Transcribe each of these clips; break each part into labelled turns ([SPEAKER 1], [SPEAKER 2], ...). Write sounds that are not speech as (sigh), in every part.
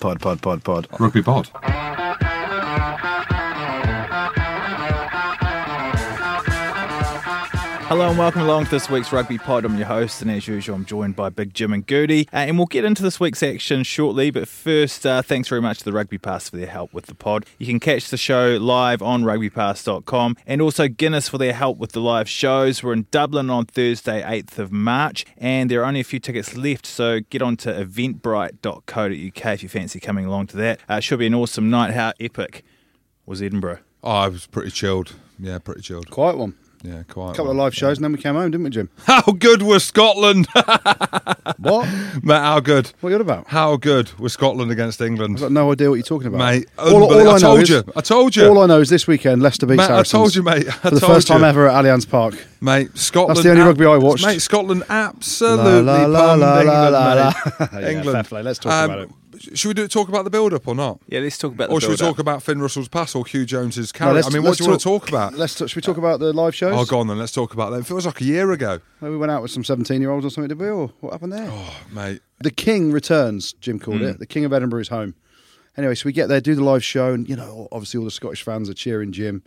[SPEAKER 1] Pod, pod, pod, pod.
[SPEAKER 2] Rugby pod.
[SPEAKER 1] Hello and welcome along to this week's Rugby Pod. I'm your host, and as usual, I'm joined by Big Jim and Gertie. Uh, and we'll get into this week's action shortly, but first, uh, thanks very much to the Rugby Pass for their help with the pod. You can catch the show live on rugbypass.com and also Guinness for their help with the live shows. We're in Dublin on Thursday, 8th of March, and there are only a few tickets left, so get on to eventbrite.co.uk if you fancy coming along to that. Uh, it should be an awesome night. How epic was Edinburgh?
[SPEAKER 2] Oh, I was pretty chilled. Yeah, pretty chilled.
[SPEAKER 3] Quiet one.
[SPEAKER 2] Yeah, quiet.
[SPEAKER 3] A couple of
[SPEAKER 2] one.
[SPEAKER 3] live shows and then we came home, didn't
[SPEAKER 2] (laughs)
[SPEAKER 3] we, Jim?
[SPEAKER 2] How good was Scotland? (laughs)
[SPEAKER 3] What?
[SPEAKER 2] Mate, how good?
[SPEAKER 3] what are you on about?
[SPEAKER 2] How good was Scotland against
[SPEAKER 3] I've
[SPEAKER 2] England?
[SPEAKER 3] got no idea what you're talking about.
[SPEAKER 2] Mate, unbelievable. I told you. I told you.
[SPEAKER 3] All I know is this weekend, Leicester beat
[SPEAKER 2] Mate, I
[SPEAKER 3] Saracens.
[SPEAKER 2] told you, mate. I
[SPEAKER 3] For the
[SPEAKER 2] told
[SPEAKER 3] first
[SPEAKER 2] you.
[SPEAKER 3] time ever at Allianz Park.
[SPEAKER 2] Mate, Scotland.
[SPEAKER 3] That's the only rugby I watched.
[SPEAKER 2] Mate, Scotland absolutely
[SPEAKER 3] La, la, la,
[SPEAKER 2] pumped
[SPEAKER 3] la,
[SPEAKER 2] England.
[SPEAKER 3] la, la.
[SPEAKER 2] mate.
[SPEAKER 3] (laughs) Yeah,
[SPEAKER 2] England.
[SPEAKER 3] fair play. Let's talk about
[SPEAKER 2] it. Should we do, talk about the build-up or not?
[SPEAKER 1] Yeah, let's talk about the
[SPEAKER 2] Or should we
[SPEAKER 1] build-up.
[SPEAKER 2] talk about Finn Russell's pass or Hugh Jones's
[SPEAKER 3] No,
[SPEAKER 2] carry? I mean, what
[SPEAKER 3] let's
[SPEAKER 2] do you want to talk about?
[SPEAKER 3] Let's talk, should we talk about the live shows?
[SPEAKER 2] Oh, go on then. Let's talk about that. It feels like a year ago.
[SPEAKER 3] Maybe we went out with some 17 year olds or something, did we? Or what happened there?
[SPEAKER 2] Oh, Hmm. mate.
[SPEAKER 3] The King returns, Jim called it. The King of Edinburgh is home. Anyway, so we get there, do the live show, and, you know, obviously all the Scottish fans are cheering Jim,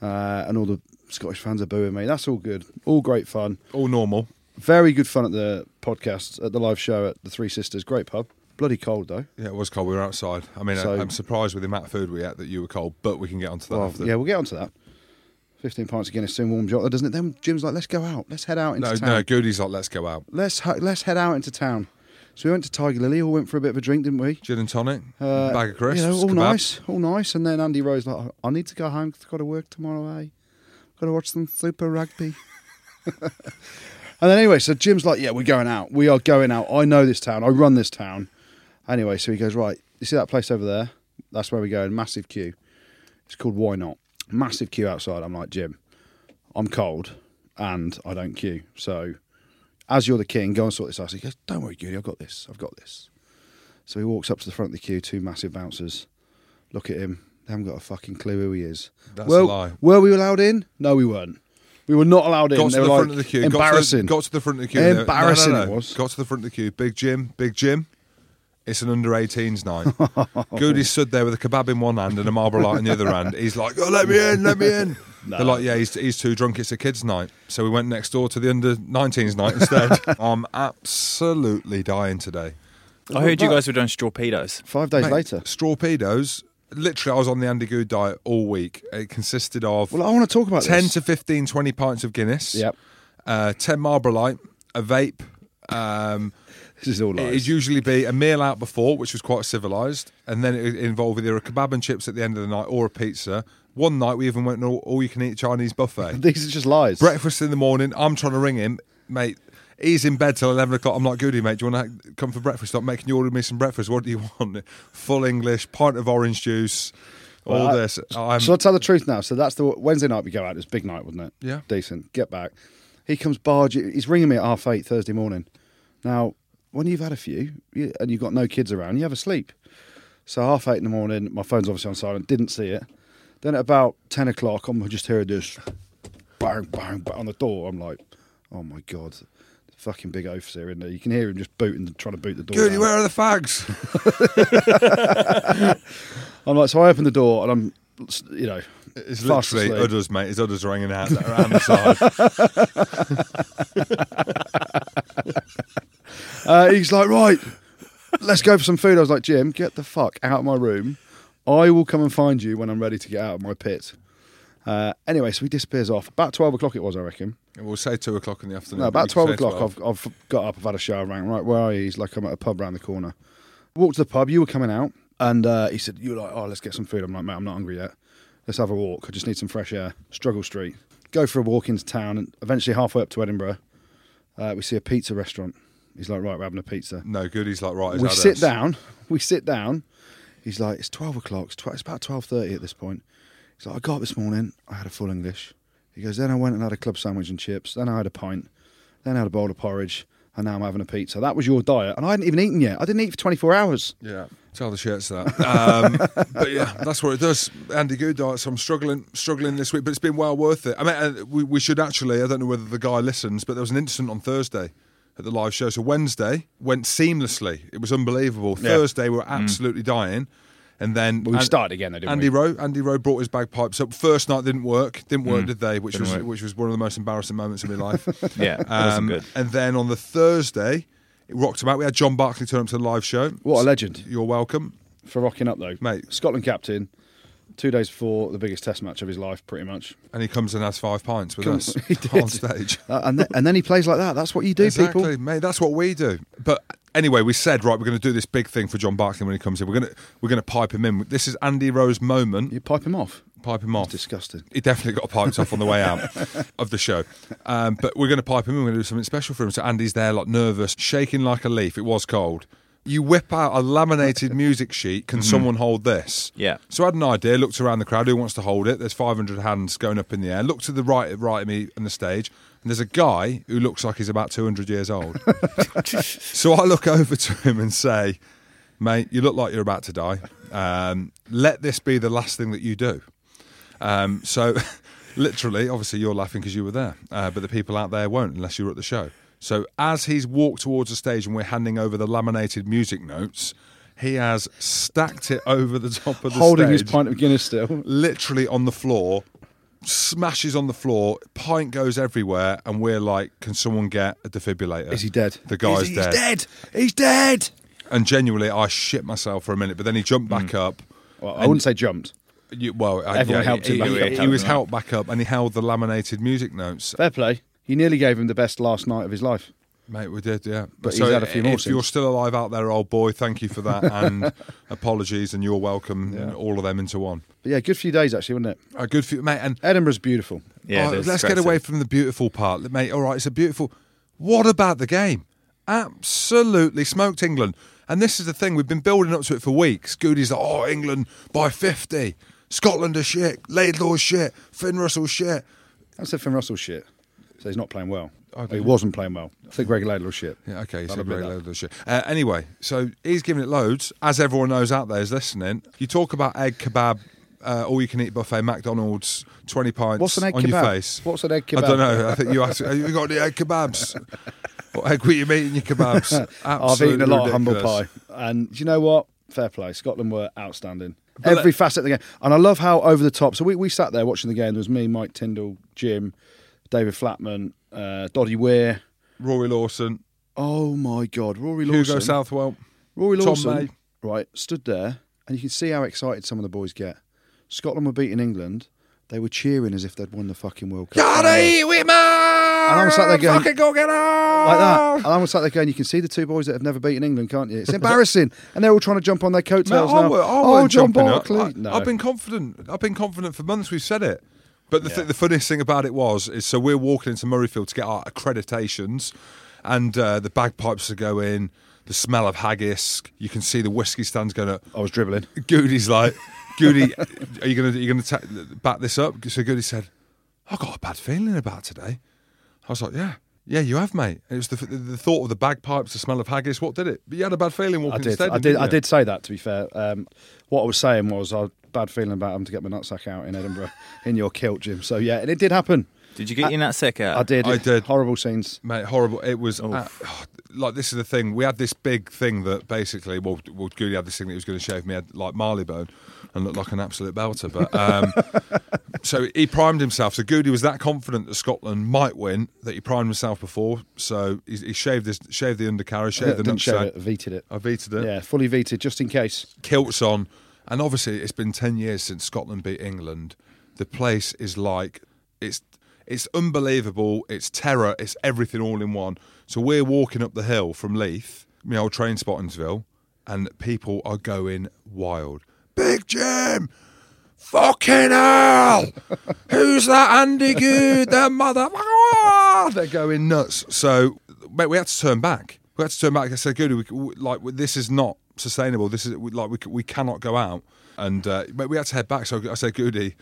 [SPEAKER 3] uh, and all the Scottish fans are booing me. That's all good. All great fun.
[SPEAKER 2] All normal.
[SPEAKER 3] Very good fun at the podcast, at the live show at the Three Sisters. Great pub. Bloody cold though.
[SPEAKER 2] Yeah, it was cold. We were outside. I mean, I-
[SPEAKER 3] So-
[SPEAKER 2] I'm surprised with the amount of food we ate that you were cold, but we can get onto that
[SPEAKER 3] Well,
[SPEAKER 2] after.
[SPEAKER 3] yeah, we'll get onto that. Fifteen pints again is soon warms you up, doesn't it? Then Jim's like, "Let's go out. Let's head out into
[SPEAKER 2] no,
[SPEAKER 3] town.
[SPEAKER 2] no, Goody's like, let's go out.
[SPEAKER 3] Let's ho- let's head out into town." So we went to Tiger Lily. All went for a bit of a drink, didn't we?
[SPEAKER 2] Gin and tonic,
[SPEAKER 3] Uh,
[SPEAKER 2] bag of crisps,
[SPEAKER 3] You know, all
[SPEAKER 2] kebab.
[SPEAKER 3] nice, all nice. And then Andy Rose like, "I need to go home. 'cause I've got to work tomorrow. Eh? Got to watch some Super Rugby." (laughs) and then anyway, so Jim's like, "Yeah, we're going out. We are going out. I know this town. I run this town." Anyway, so he goes, "Right, you see that place over there? That's where we're going. Massive queue. It's called Why Not. Massive queue outside." I'm like, "Jim, I'm cold and I don't queue. So, as you're the king, go and sort this out." So he goes, "Don't worry, Goody. I've got this. I've got this." So he walks up to the front of the queue, two massive bouncers. Look at him. They haven't got a fucking clue who he is.
[SPEAKER 2] That's a
[SPEAKER 3] Well,
[SPEAKER 2] lie.
[SPEAKER 3] Were we allowed in? No, we weren't. We were not allowed in.
[SPEAKER 2] Got to
[SPEAKER 3] they
[SPEAKER 2] the
[SPEAKER 3] were
[SPEAKER 2] front
[SPEAKER 3] like,
[SPEAKER 2] of the queue. got to the-
[SPEAKER 3] Embarrassing.
[SPEAKER 2] Got to the front of the queue. They were-
[SPEAKER 3] Embarrassing
[SPEAKER 2] no, no, no.
[SPEAKER 3] it was.
[SPEAKER 2] Got to the front of the queue. Big Jim, Big Jim. It's an under 18s
[SPEAKER 3] (laughs) Oh,
[SPEAKER 2] night. Goody stood there with a kebab in one hand and a Marlboro light in the other hand. He's like, oh, let me in, let me
[SPEAKER 3] (laughs)
[SPEAKER 2] in. They're like, yeah, he's, he's too drunk. It's a kids' night. So we went next door to the under 19s night
[SPEAKER 3] (laughs)
[SPEAKER 2] instead. I'm absolutely dying today.
[SPEAKER 1] I heard you guys were doing torpedoes.
[SPEAKER 3] Five days
[SPEAKER 2] Mate,
[SPEAKER 3] later.
[SPEAKER 2] Strawpedos. Literally, I was on the Andy Good diet all week. It consisted of
[SPEAKER 3] Well, I want to talk about
[SPEAKER 2] 10
[SPEAKER 3] this.
[SPEAKER 2] to 15, 20 pints of Guinness,
[SPEAKER 3] Yep.
[SPEAKER 2] uh, 10 Marlboro Light, a vape. Um,
[SPEAKER 3] This is all lies.
[SPEAKER 2] it'd usually be a meal out before, which was quite civilised, and then it would involve either a kebab and chips at the end of the night or a pizza. One night, we even went to an all, all you can eat Chinese buffet.
[SPEAKER 3] (laughs) These are just lies.
[SPEAKER 2] Breakfast in the morning, I'm trying to ring him, mate. He's in bed till 11 o'clock. I'm like, Goody, mate, do you want to come for breakfast? Stop making you order me some breakfast. What do you (laughs) want? Full English, pint of orange juice, all
[SPEAKER 3] I-
[SPEAKER 2] this. Oh, I'm,
[SPEAKER 3] Shall I tell the truth now? So that's the Wednesday night we go out. It was a big night, wasn't it?
[SPEAKER 2] Yeah.
[SPEAKER 3] Decent. Get back. He comes barging. He's ringing me at half eight Thursday morning. Now, when you've had a few you, and you've got no kids around, you have a sleep. So half eight in the morning, my phone's obviously on silent. Didn't see it. Then at about ten o'clock, I'm just hearing this bang, bang, bang on the door. I'm like, oh my god, fucking big oaf's here, isn't there? You can hear him just booting, trying to boot the door.
[SPEAKER 2] Goody,
[SPEAKER 3] down.
[SPEAKER 2] where are the
[SPEAKER 3] (laughs)
[SPEAKER 2] fags?
[SPEAKER 3] I'm like, so I open the door and I'm, you know,
[SPEAKER 2] It's
[SPEAKER 3] fast
[SPEAKER 2] literally
[SPEAKER 3] asleep.
[SPEAKER 2] udders, mate. His udders are hanging
[SPEAKER 3] (laughs)
[SPEAKER 2] out around the side.
[SPEAKER 3] Uh, he's like, right, let's go for some food. I was like, Jim, get the fuck out of my room. I will come and find you when I'm ready to get out of my pit. Uh, anyway, so he disappears off. About 12 o'clock it was, I reckon.
[SPEAKER 2] We'll say two o'clock in the afternoon.
[SPEAKER 3] No,
[SPEAKER 2] but we
[SPEAKER 3] about
[SPEAKER 2] can
[SPEAKER 3] 12
[SPEAKER 2] say
[SPEAKER 3] o'clock, I've, I've got up, I've had a shower, rang, right, where are you? He's like, I'm at a pub round the corner. Walked to the pub, you were coming out, and uh, he said, you were like, oh, let's get some food. I'm like, mate, I'm not hungry yet. Let's have a walk. I just need some fresh air. Struggle Street. Go for a walk into town, and eventually halfway up to Edinburgh, uh, we see a pizza restaurant. He's like, right, we're having a pizza.
[SPEAKER 2] No, Goody's like, right, he's
[SPEAKER 3] we
[SPEAKER 2] had
[SPEAKER 3] sit
[SPEAKER 2] us.
[SPEAKER 3] down. We sit down. He's like, it's twelve o'clock. It's, tw- it's about twelve thirty at this point. He's like, I got up this morning. I had a full English. He goes, then I went and had a club sandwich and chips. Then I had a pint. Then I had a bowl of porridge. And now I'm having a pizza. That was your diet, and I hadn't even eaten yet. I didn't eat for 24 hours.
[SPEAKER 2] Yeah, tell the shirts that. Um, but yeah, that's what it does. Andy Good diet. So I'm struggling, struggling this week, but it's been well worth it. I mean, uh, we, we should actually. I don't know whether the guy listens, but there was an incident on Thursday at the live show. So Wednesday went seamlessly. It was unbelievable.
[SPEAKER 3] Yeah.
[SPEAKER 2] Thursday we were absolutely dying, and then
[SPEAKER 4] Well, we
[SPEAKER 2] and-
[SPEAKER 4] started again, though, didn't
[SPEAKER 2] Andy
[SPEAKER 4] we?
[SPEAKER 2] Rowe, Andy Rowe brought his bagpipes up. First night didn't work, didn't work, did they? Which
[SPEAKER 1] Didn't
[SPEAKER 2] was
[SPEAKER 1] work.
[SPEAKER 2] which was one of the most embarrassing moments of my life.
[SPEAKER 1] Yeah, (laughs) that wasn't
[SPEAKER 2] Um,
[SPEAKER 1] good.
[SPEAKER 2] And then on the Thursday, it rocked about. We had John Barkley turn up to the live show.
[SPEAKER 3] What a legend
[SPEAKER 2] You're welcome.
[SPEAKER 3] for rocking up though,
[SPEAKER 2] Mate.
[SPEAKER 3] Scotland captain, two days before the biggest Test match of his life, pretty much.
[SPEAKER 2] And he comes and has five pints with
[SPEAKER 3] Come-
[SPEAKER 2] us
[SPEAKER 3] (laughs) he did.
[SPEAKER 2] on stage.
[SPEAKER 3] Uh, and then, and then he plays like that. That's what you do,
[SPEAKER 2] exactly,
[SPEAKER 3] people.
[SPEAKER 2] mate. That's what we do. But anyway, we said right, we're going to do this big thing for John Barkley when he comes in. We're going to we're going to pipe him in. This is Andy Rowe's moment.
[SPEAKER 3] You pipe him off.
[SPEAKER 2] Pipe him off.
[SPEAKER 3] Disgusting.
[SPEAKER 2] He definitely got piped off on the way out of the show. Um, but we're going to pipe him in. We're going to do something special for him. So Andy's there, like nervous, shaking like a leaf. It was cold. You whip out a laminated music sheet. Can someone hold this?
[SPEAKER 1] Yeah.
[SPEAKER 2] So I had an idea. Looked around the crowd. Who wants to hold it? There's 500 hands going up in the air. Look to the right, right of me on the stage, and there's a guy who looks like he's about 200 years old. So I look over to him and say, "Mate, you look like you're about to die. Um, let this be the last thing that you do." Um, so, (laughs) literally, obviously, you're laughing because you were there, uh, but the people out there won't unless you were at the show. So, as he's walked towards the stage and we're handing over the laminated music notes, he has stacked it over the top of the
[SPEAKER 3] Holding
[SPEAKER 2] stage,
[SPEAKER 3] his pint of Guinness still.
[SPEAKER 2] literally on the floor, smashes on the floor, pint goes everywhere, and we're like, "Can someone get a defibrillator?"
[SPEAKER 3] Is he dead?
[SPEAKER 2] The guy's
[SPEAKER 3] He's- he's dead. He's dead.
[SPEAKER 2] and genuinely, I shit myself for a minute, but then he jumped back up.
[SPEAKER 3] Well, I wouldn't say jumped.
[SPEAKER 2] You, well, I-
[SPEAKER 3] Mm. Everyone helped
[SPEAKER 2] he,
[SPEAKER 3] him
[SPEAKER 2] He,
[SPEAKER 3] back up,
[SPEAKER 2] he
[SPEAKER 3] haven't
[SPEAKER 2] was
[SPEAKER 3] they?
[SPEAKER 2] helped back up, and he held the laminated music notes.
[SPEAKER 3] Fair play. He nearly gave him the best last night of his life.
[SPEAKER 2] Mate, we did, yeah.
[SPEAKER 3] But he's had a few more
[SPEAKER 2] If
[SPEAKER 3] since.
[SPEAKER 2] you're still alive out there, old boy, thank you for
[SPEAKER 3] (laughs)
[SPEAKER 2] that, and apologies, and you're welcome, and all of them into one.
[SPEAKER 3] But yeah, good few days actually, wasn't it?
[SPEAKER 2] A good few, mate. And
[SPEAKER 3] Edinburgh's beautiful.
[SPEAKER 1] Yeah,
[SPEAKER 2] oh,
[SPEAKER 1] that's
[SPEAKER 2] let's
[SPEAKER 1] great
[SPEAKER 2] get away
[SPEAKER 1] stuff.
[SPEAKER 2] from the beautiful part, mate. All right, it's a beautiful. What about the game? Absolutely smoked England, and this is the thing we've been building up to it for weeks. Goody's like, oh, England by fifty, Scotland are shit, Laidlaw shit, Finn Russell shit.
[SPEAKER 3] That's it Finn Russell shit. So he's not playing well. he wasn't playing well. I think Greg Laidlaw shit.
[SPEAKER 2] Yeah, okay, he's
[SPEAKER 3] That'll
[SPEAKER 2] a
[SPEAKER 3] be
[SPEAKER 2] great
[SPEAKER 3] that.
[SPEAKER 2] load of shit. Uh, anyway, so he's giving it loads, as everyone knows out there is listening. You talk about egg kebab, uh, all you can eat buffet, McDonald's, twenty pints
[SPEAKER 3] What's an egg
[SPEAKER 2] on your
[SPEAKER 3] kebab?
[SPEAKER 2] face.
[SPEAKER 3] What's an egg
[SPEAKER 2] I
[SPEAKER 3] kebab?
[SPEAKER 2] don't know. I think you asked. Have you got any egg (laughs) kebabs? what egg were you eating your kebabs?
[SPEAKER 3] I've eaten a
[SPEAKER 2] Absolutely
[SPEAKER 3] lot of humble pie.
[SPEAKER 2] ridiculous.
[SPEAKER 3] And do you know what? Fair play. Scotland were outstanding.
[SPEAKER 2] But
[SPEAKER 3] Every
[SPEAKER 2] that-
[SPEAKER 3] facet of the game. And I love how over the top. So we, we sat there watching the game. There was me, Mike Tyndall, Jim, David Flatman, uh, Doddy Weir.
[SPEAKER 2] Rory Lawson,
[SPEAKER 3] Oh my God. Rory Lawson.
[SPEAKER 2] Hugo Southwell.
[SPEAKER 3] Rory
[SPEAKER 2] Tom
[SPEAKER 3] Lawson,
[SPEAKER 2] May.
[SPEAKER 3] right, stood there, and you can see how excited some of the boys get. Scotland were beating England. They were cheering as if they'd won the fucking World Cup.
[SPEAKER 2] Gotta eat with man.
[SPEAKER 3] I'm sat there going-
[SPEAKER 2] Fucking go get out.
[SPEAKER 3] Like that. And I was sat there going, you can see the two boys that have never beaten England,
[SPEAKER 2] (laughs)
[SPEAKER 3] can't you? It's embarrassing. and they're all trying to jump on their
[SPEAKER 2] Mate,
[SPEAKER 3] coattails
[SPEAKER 2] I
[SPEAKER 3] now.
[SPEAKER 2] were- I
[SPEAKER 3] oh,
[SPEAKER 2] weren't
[SPEAKER 3] John
[SPEAKER 2] jumping up.
[SPEAKER 3] Barkley.
[SPEAKER 2] I- I've been confident. I've been confident for months. We've said it. But the, th- the funniest thing about it was, is so we're walking into Murrayfield to get our accreditations, and uh, the bagpipes are going. The smell of haggis. You can see the whiskey stands going up.
[SPEAKER 3] I was dribbling.
[SPEAKER 2] Goody's like, Goody, are you gonna are you gonna ta- back this up? So Goody said, I got a bad feeling about today. I was like, yeah. Yeah, you have, mate. It was the, the, the thought of the bagpipes, the smell of haggis. What did it? But you had a bad feeling walking to
[SPEAKER 3] I
[SPEAKER 2] the
[SPEAKER 3] did.
[SPEAKER 2] stadium,
[SPEAKER 3] I did.
[SPEAKER 2] didn't
[SPEAKER 3] I
[SPEAKER 2] you?
[SPEAKER 3] did say that. To be fair, um, what I was saying was I had a bad feeling about having to get my nutsack out in Edinburgh (laughs) in your kilt, Jim. So yeah, and it did happen.
[SPEAKER 1] Did you get your nutsack out?
[SPEAKER 3] I did.
[SPEAKER 2] I did.
[SPEAKER 3] Horrible scenes.
[SPEAKER 2] Mate, horrible. It was uh, like this is the thing. We had this big thing that basically, well, well Goody had this thing that he was going to shave me head like Marleybone and look like an absolute belter. But um,
[SPEAKER 3] (laughs)
[SPEAKER 2] so he primed himself. So Goody was that confident that Scotland might win that he primed himself before. So he, he shaved his shaved the undercarriage,
[SPEAKER 3] I
[SPEAKER 2] shaved the
[SPEAKER 3] Uh, didn't show
[SPEAKER 2] nutsack. Oh,
[SPEAKER 3] it. Vetoed it.
[SPEAKER 2] I vetoed it.
[SPEAKER 3] Yeah, fully vetoed just in case.
[SPEAKER 2] Kilts on, and obviously it's been ten years since Scotland beat England. The place is like it's it's unbelievable. It's terror. It's everything all in one. So we're walking up the hill from Leith, my old train spot in Seville, and people are going wild. Big Jim, fucking (laughs) hell! Who's that Andy Good? Their mother? Ah! They're going nuts. So, mate, we had to turn back. We had to turn back. I said, Goody, we, we, like we- this is not sustainable. This is we, like we, c- we cannot go out. And uh, mate, we had to head back. So I said, Goody.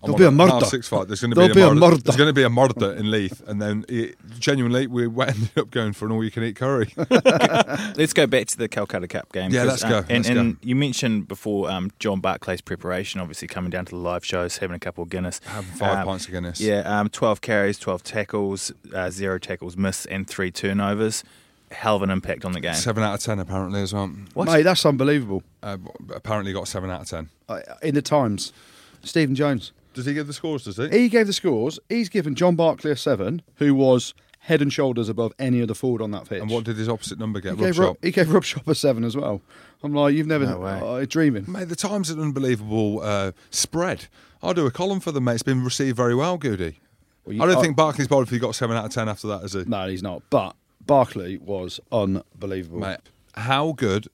[SPEAKER 2] I'm
[SPEAKER 3] There'll
[SPEAKER 2] on
[SPEAKER 3] be a murder.
[SPEAKER 2] half Six fight. There's going to
[SPEAKER 3] There'll
[SPEAKER 2] be,
[SPEAKER 3] be
[SPEAKER 2] a
[SPEAKER 3] a
[SPEAKER 2] murder.
[SPEAKER 3] murder.
[SPEAKER 2] There's going to be a murder in Leith, and then it, genuinely, we (laughs) went- ended up going for an all-you-can-eat (laughs) curry.
[SPEAKER 1] Let's go back to the Calcutta Cup game.
[SPEAKER 2] Yeah,
[SPEAKER 1] 'cause,
[SPEAKER 2] let's go,
[SPEAKER 1] uh, and,
[SPEAKER 2] let's go.
[SPEAKER 1] and you mentioned before um, John Barclay's preparation, obviously coming down to the live shows, having a couple of Guinness, um,
[SPEAKER 2] Having five pints of Guinness.
[SPEAKER 1] Yeah, um, twelve carries, twelve tackles, uh, zero tackles missed, and three turnovers. hell of an impact on the game.
[SPEAKER 2] Seven out of ten apparently as well.
[SPEAKER 1] What?
[SPEAKER 3] Mate, that's unbelievable.
[SPEAKER 2] Uh, apparently got seven out of ten.
[SPEAKER 3] Uh, in the Times, Stephen Jones.
[SPEAKER 2] Does he give the scores? Does he?
[SPEAKER 3] He gave the scores. He's given John Barkley a seven, who was head and shoulders above any other forward on that pitch.
[SPEAKER 2] And what did his opposite number get?
[SPEAKER 3] he, gave
[SPEAKER 2] Rob
[SPEAKER 3] Rob, he gave Rob Shop a seven as well. I'm like, you've never
[SPEAKER 1] No way.
[SPEAKER 3] oh, dreaming.
[SPEAKER 2] Mate, the Times an unbelievable uh, spread. I'll do a column for them, mate. It's been received very well, Goody.
[SPEAKER 3] Well, you-
[SPEAKER 2] I don't
[SPEAKER 3] I-
[SPEAKER 2] think Barclays bowled if he got seven out of ten after that, is he?
[SPEAKER 3] No, he's not. But Barkley was unbelievable.
[SPEAKER 2] Mate, how good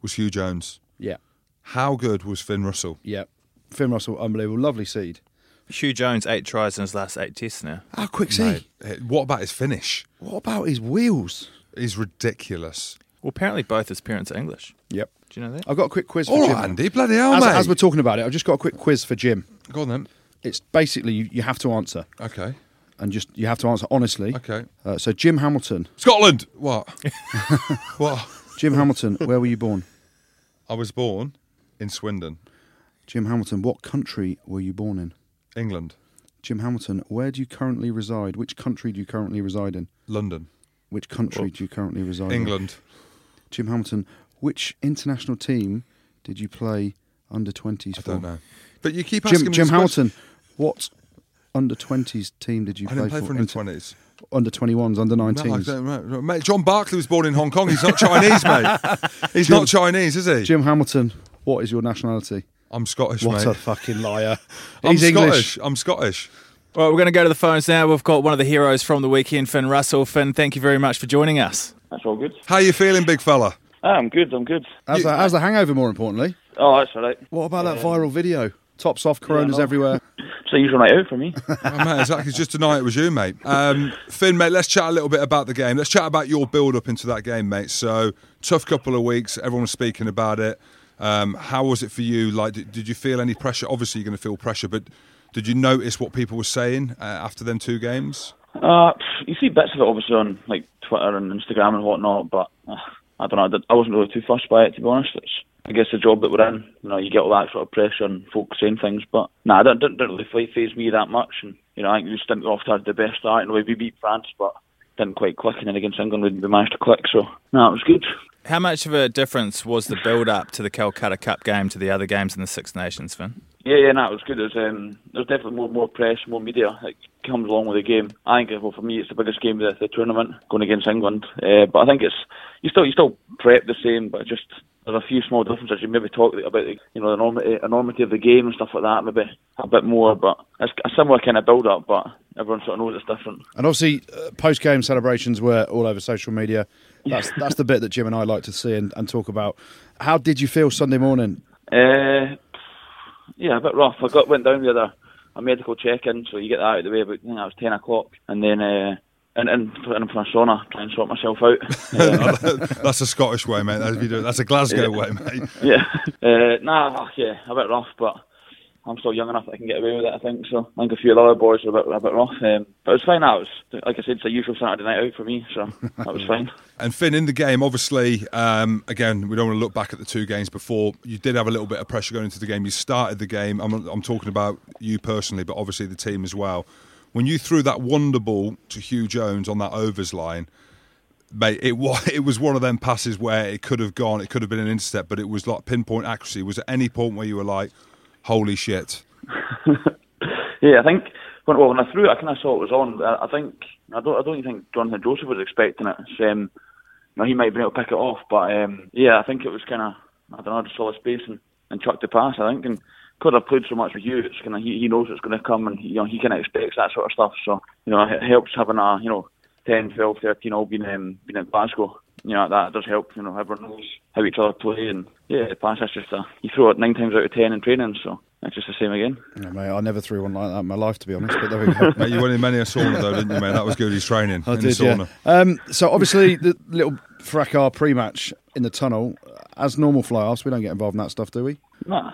[SPEAKER 2] was Hugh Jones?
[SPEAKER 3] Yeah,
[SPEAKER 2] How good was Finn Russell?
[SPEAKER 3] yeah. Finn Russell, unbelievable. Lovely seed.
[SPEAKER 1] Hugh Jones, eight tries in his last eight tests now.
[SPEAKER 3] How quick's
[SPEAKER 2] Mate, eh, what about his finish?
[SPEAKER 3] Ah, What about his wheels?
[SPEAKER 2] He's ridiculous.
[SPEAKER 1] Well, apparently both his parents are English.
[SPEAKER 3] Yep.
[SPEAKER 1] Do you know that?
[SPEAKER 3] I've got a quick quiz for
[SPEAKER 2] All
[SPEAKER 3] Jim.
[SPEAKER 2] right, Andy, bloody hell,
[SPEAKER 3] as,
[SPEAKER 2] mate.
[SPEAKER 3] as we're talking about it, I've just got a quick quiz for Jim.
[SPEAKER 2] Go on then.
[SPEAKER 3] It's basically you, you have to answer,
[SPEAKER 2] Okay.
[SPEAKER 3] and just you have to answer honestly.
[SPEAKER 2] Okay.
[SPEAKER 3] Uh, so Jim Hamilton,
[SPEAKER 2] Scotland.
[SPEAKER 3] (laughs)
[SPEAKER 2] What? what?
[SPEAKER 3] Jim Hamilton, (laughs) where were you born?
[SPEAKER 2] I was born in Swindon,
[SPEAKER 3] Jim Hamilton, what country were you born in?
[SPEAKER 2] England,
[SPEAKER 3] Jim Hamilton, where do you currently reside? Which country do you currently reside in?
[SPEAKER 2] London,
[SPEAKER 3] Which country do you currently reside in?
[SPEAKER 2] England.
[SPEAKER 3] Jim Hamilton, which international team did you play under 20s
[SPEAKER 2] I
[SPEAKER 3] for?
[SPEAKER 2] don't know. But you keep asking
[SPEAKER 3] Jim,
[SPEAKER 2] me
[SPEAKER 3] Jim
[SPEAKER 2] this question.
[SPEAKER 3] Hamilton, what under 20s team did you
[SPEAKER 2] I
[SPEAKER 3] play,
[SPEAKER 2] didn't play for under
[SPEAKER 3] Inter-
[SPEAKER 2] twenties.
[SPEAKER 3] Under 21s, under
[SPEAKER 2] No, I
[SPEAKER 3] 19s.
[SPEAKER 2] don't, right, right. Mate, John Barkley was born in Hong Kong. He's not
[SPEAKER 3] (laughs)
[SPEAKER 2] Chinese, mate. He's not Chinese, is he?
[SPEAKER 3] Jim Hamilton, what is your nationality?
[SPEAKER 2] I'm Scottish,
[SPEAKER 3] What
[SPEAKER 2] mate.
[SPEAKER 3] a fucking liar.
[SPEAKER 2] I'm
[SPEAKER 3] He's English.
[SPEAKER 2] Scottish. I'm Scottish.
[SPEAKER 1] All right, we're going to go to the phones now. We've got one of the heroes from the weekend, Finn Russell. Finn, thank you very much for joining us.
[SPEAKER 4] That's all good.
[SPEAKER 2] How you feeling, big fella? (laughs)
[SPEAKER 4] Ah, I'm good. I'm good.
[SPEAKER 3] How's, the, how's the hangover, more importantly?
[SPEAKER 4] Oh, that's all right.
[SPEAKER 3] What about that viral video? Tops off, coronas
[SPEAKER 4] no.
[SPEAKER 3] everywhere.
[SPEAKER 4] It's a usual night out for me.
[SPEAKER 2] Oh, mate, exactly. Just tonight it was you, mate. Um, Finn, mate, let's chat a little bit about the game. Let's chat about your build up into that game, mate. So, tough couple of weeks. Everyone was speaking about it. Um, how was it for you? Like, did, did you feel any pressure? Obviously, you're going to feel pressure, but did you notice what people were saying uh, after them two games?
[SPEAKER 4] uh, pff, you see bits of it obviously on like Twitter and Instagram and whatnot, but uh, I don't know. I, did- I wasn't really too fussed by it to be honest. It's, I guess the job that we're in, you know, you get all that sort of pressure and folk saying things, but nah, that didn't, didn't really phase me that much. And you know, I think we just didn't go off to have the best start, and we we beat France, but didn't quite click. And then against England, we, we managed to click. So nah, it was good.
[SPEAKER 1] How much of a difference was the build up to the Calcutta Cup game to the other games in the Six Nations, Finn?
[SPEAKER 4] Yeah, yeah, no, it was good. There's um, there's definitely more more press, more media that comes along with the game. I think, well, for me, it's the biggest game of the, the tournament, going against England. Uh, but I think it's you still you still prep the same, but just there's a few small differences. You maybe talk about the, you know the enormity, enormity of the game and stuff like that, maybe a bit more. But it's a similar kind of build up, but everyone sort of knows it's different.
[SPEAKER 3] And obviously, uh, post game celebrations were all over social media. That's that's the bit that Jim and I like to see and, and talk about. How did you feel Sunday morning?
[SPEAKER 4] Uh, yeah, a bit rough. I got went down the other a medical check in, so you get that out of the way. But you know, it was ten o'clock, and then uh, and and in for a sauna, try and sort myself out.
[SPEAKER 2] (laughs)
[SPEAKER 4] (laughs) Uh,
[SPEAKER 2] Oh, That's a Scottish way, mate. That's, if you do it. That's a Glasgow way, mate.
[SPEAKER 4] yeah, uh, nah, ah, yeah, a bit rough, but I'm still young enough that I can get away with it. I think so. I think a few of the other boys were a bit a bit rough, um, but it was fine. That was like I said, it's a usual Saturday night out for me, so that was fine.
[SPEAKER 2] And Finn, in the game, obviously, um, again, we don't want to look back at the two games before. You did have a little bit of pressure going into the game. You started the game. I'm, I'm talking about you personally, but obviously the team as well. When you threw that wonder ball to Hugh Jones on that overs line, mate, it was (laughs) it was one of them passes where it could have gone. It could have been an intercept, but it was like pinpoint accuracy. Was at any point where you were like, "Holy shit!"
[SPEAKER 4] Yeah, I think when well, when I threw it, I kind of saw it was on. but I, I think I don't I don't even think Jonathan Joseph was expecting it. So, um, you know, he might have been able to pick it off, but um, yeah, I think it was kind of I don't know, I just saw the space and, and chucked the pass. I think and because I've played so much with you, it's kind of he, he knows it's going to come and you know he kind of expects that sort of stuff. So you know, it helps having a you know 10, 12, 13 all being um, being at Glasgow. You know that does help. You know everyone knows how each other play and yeah, the pass is just a you throw it nine times out of ten in training, so it's just the same again.
[SPEAKER 3] Oh, mate, I never threw one like that in my life, to be honest. But there we (laughs) go.
[SPEAKER 2] Mate, you went in many a sauna though, didn't you, mate? That was Goody's training in the sauna.
[SPEAKER 3] Um, so obviously, the little fracas pre-match in the tunnel. As normal fly-offs, we don't get involved in that stuff, do we?
[SPEAKER 4] Nah,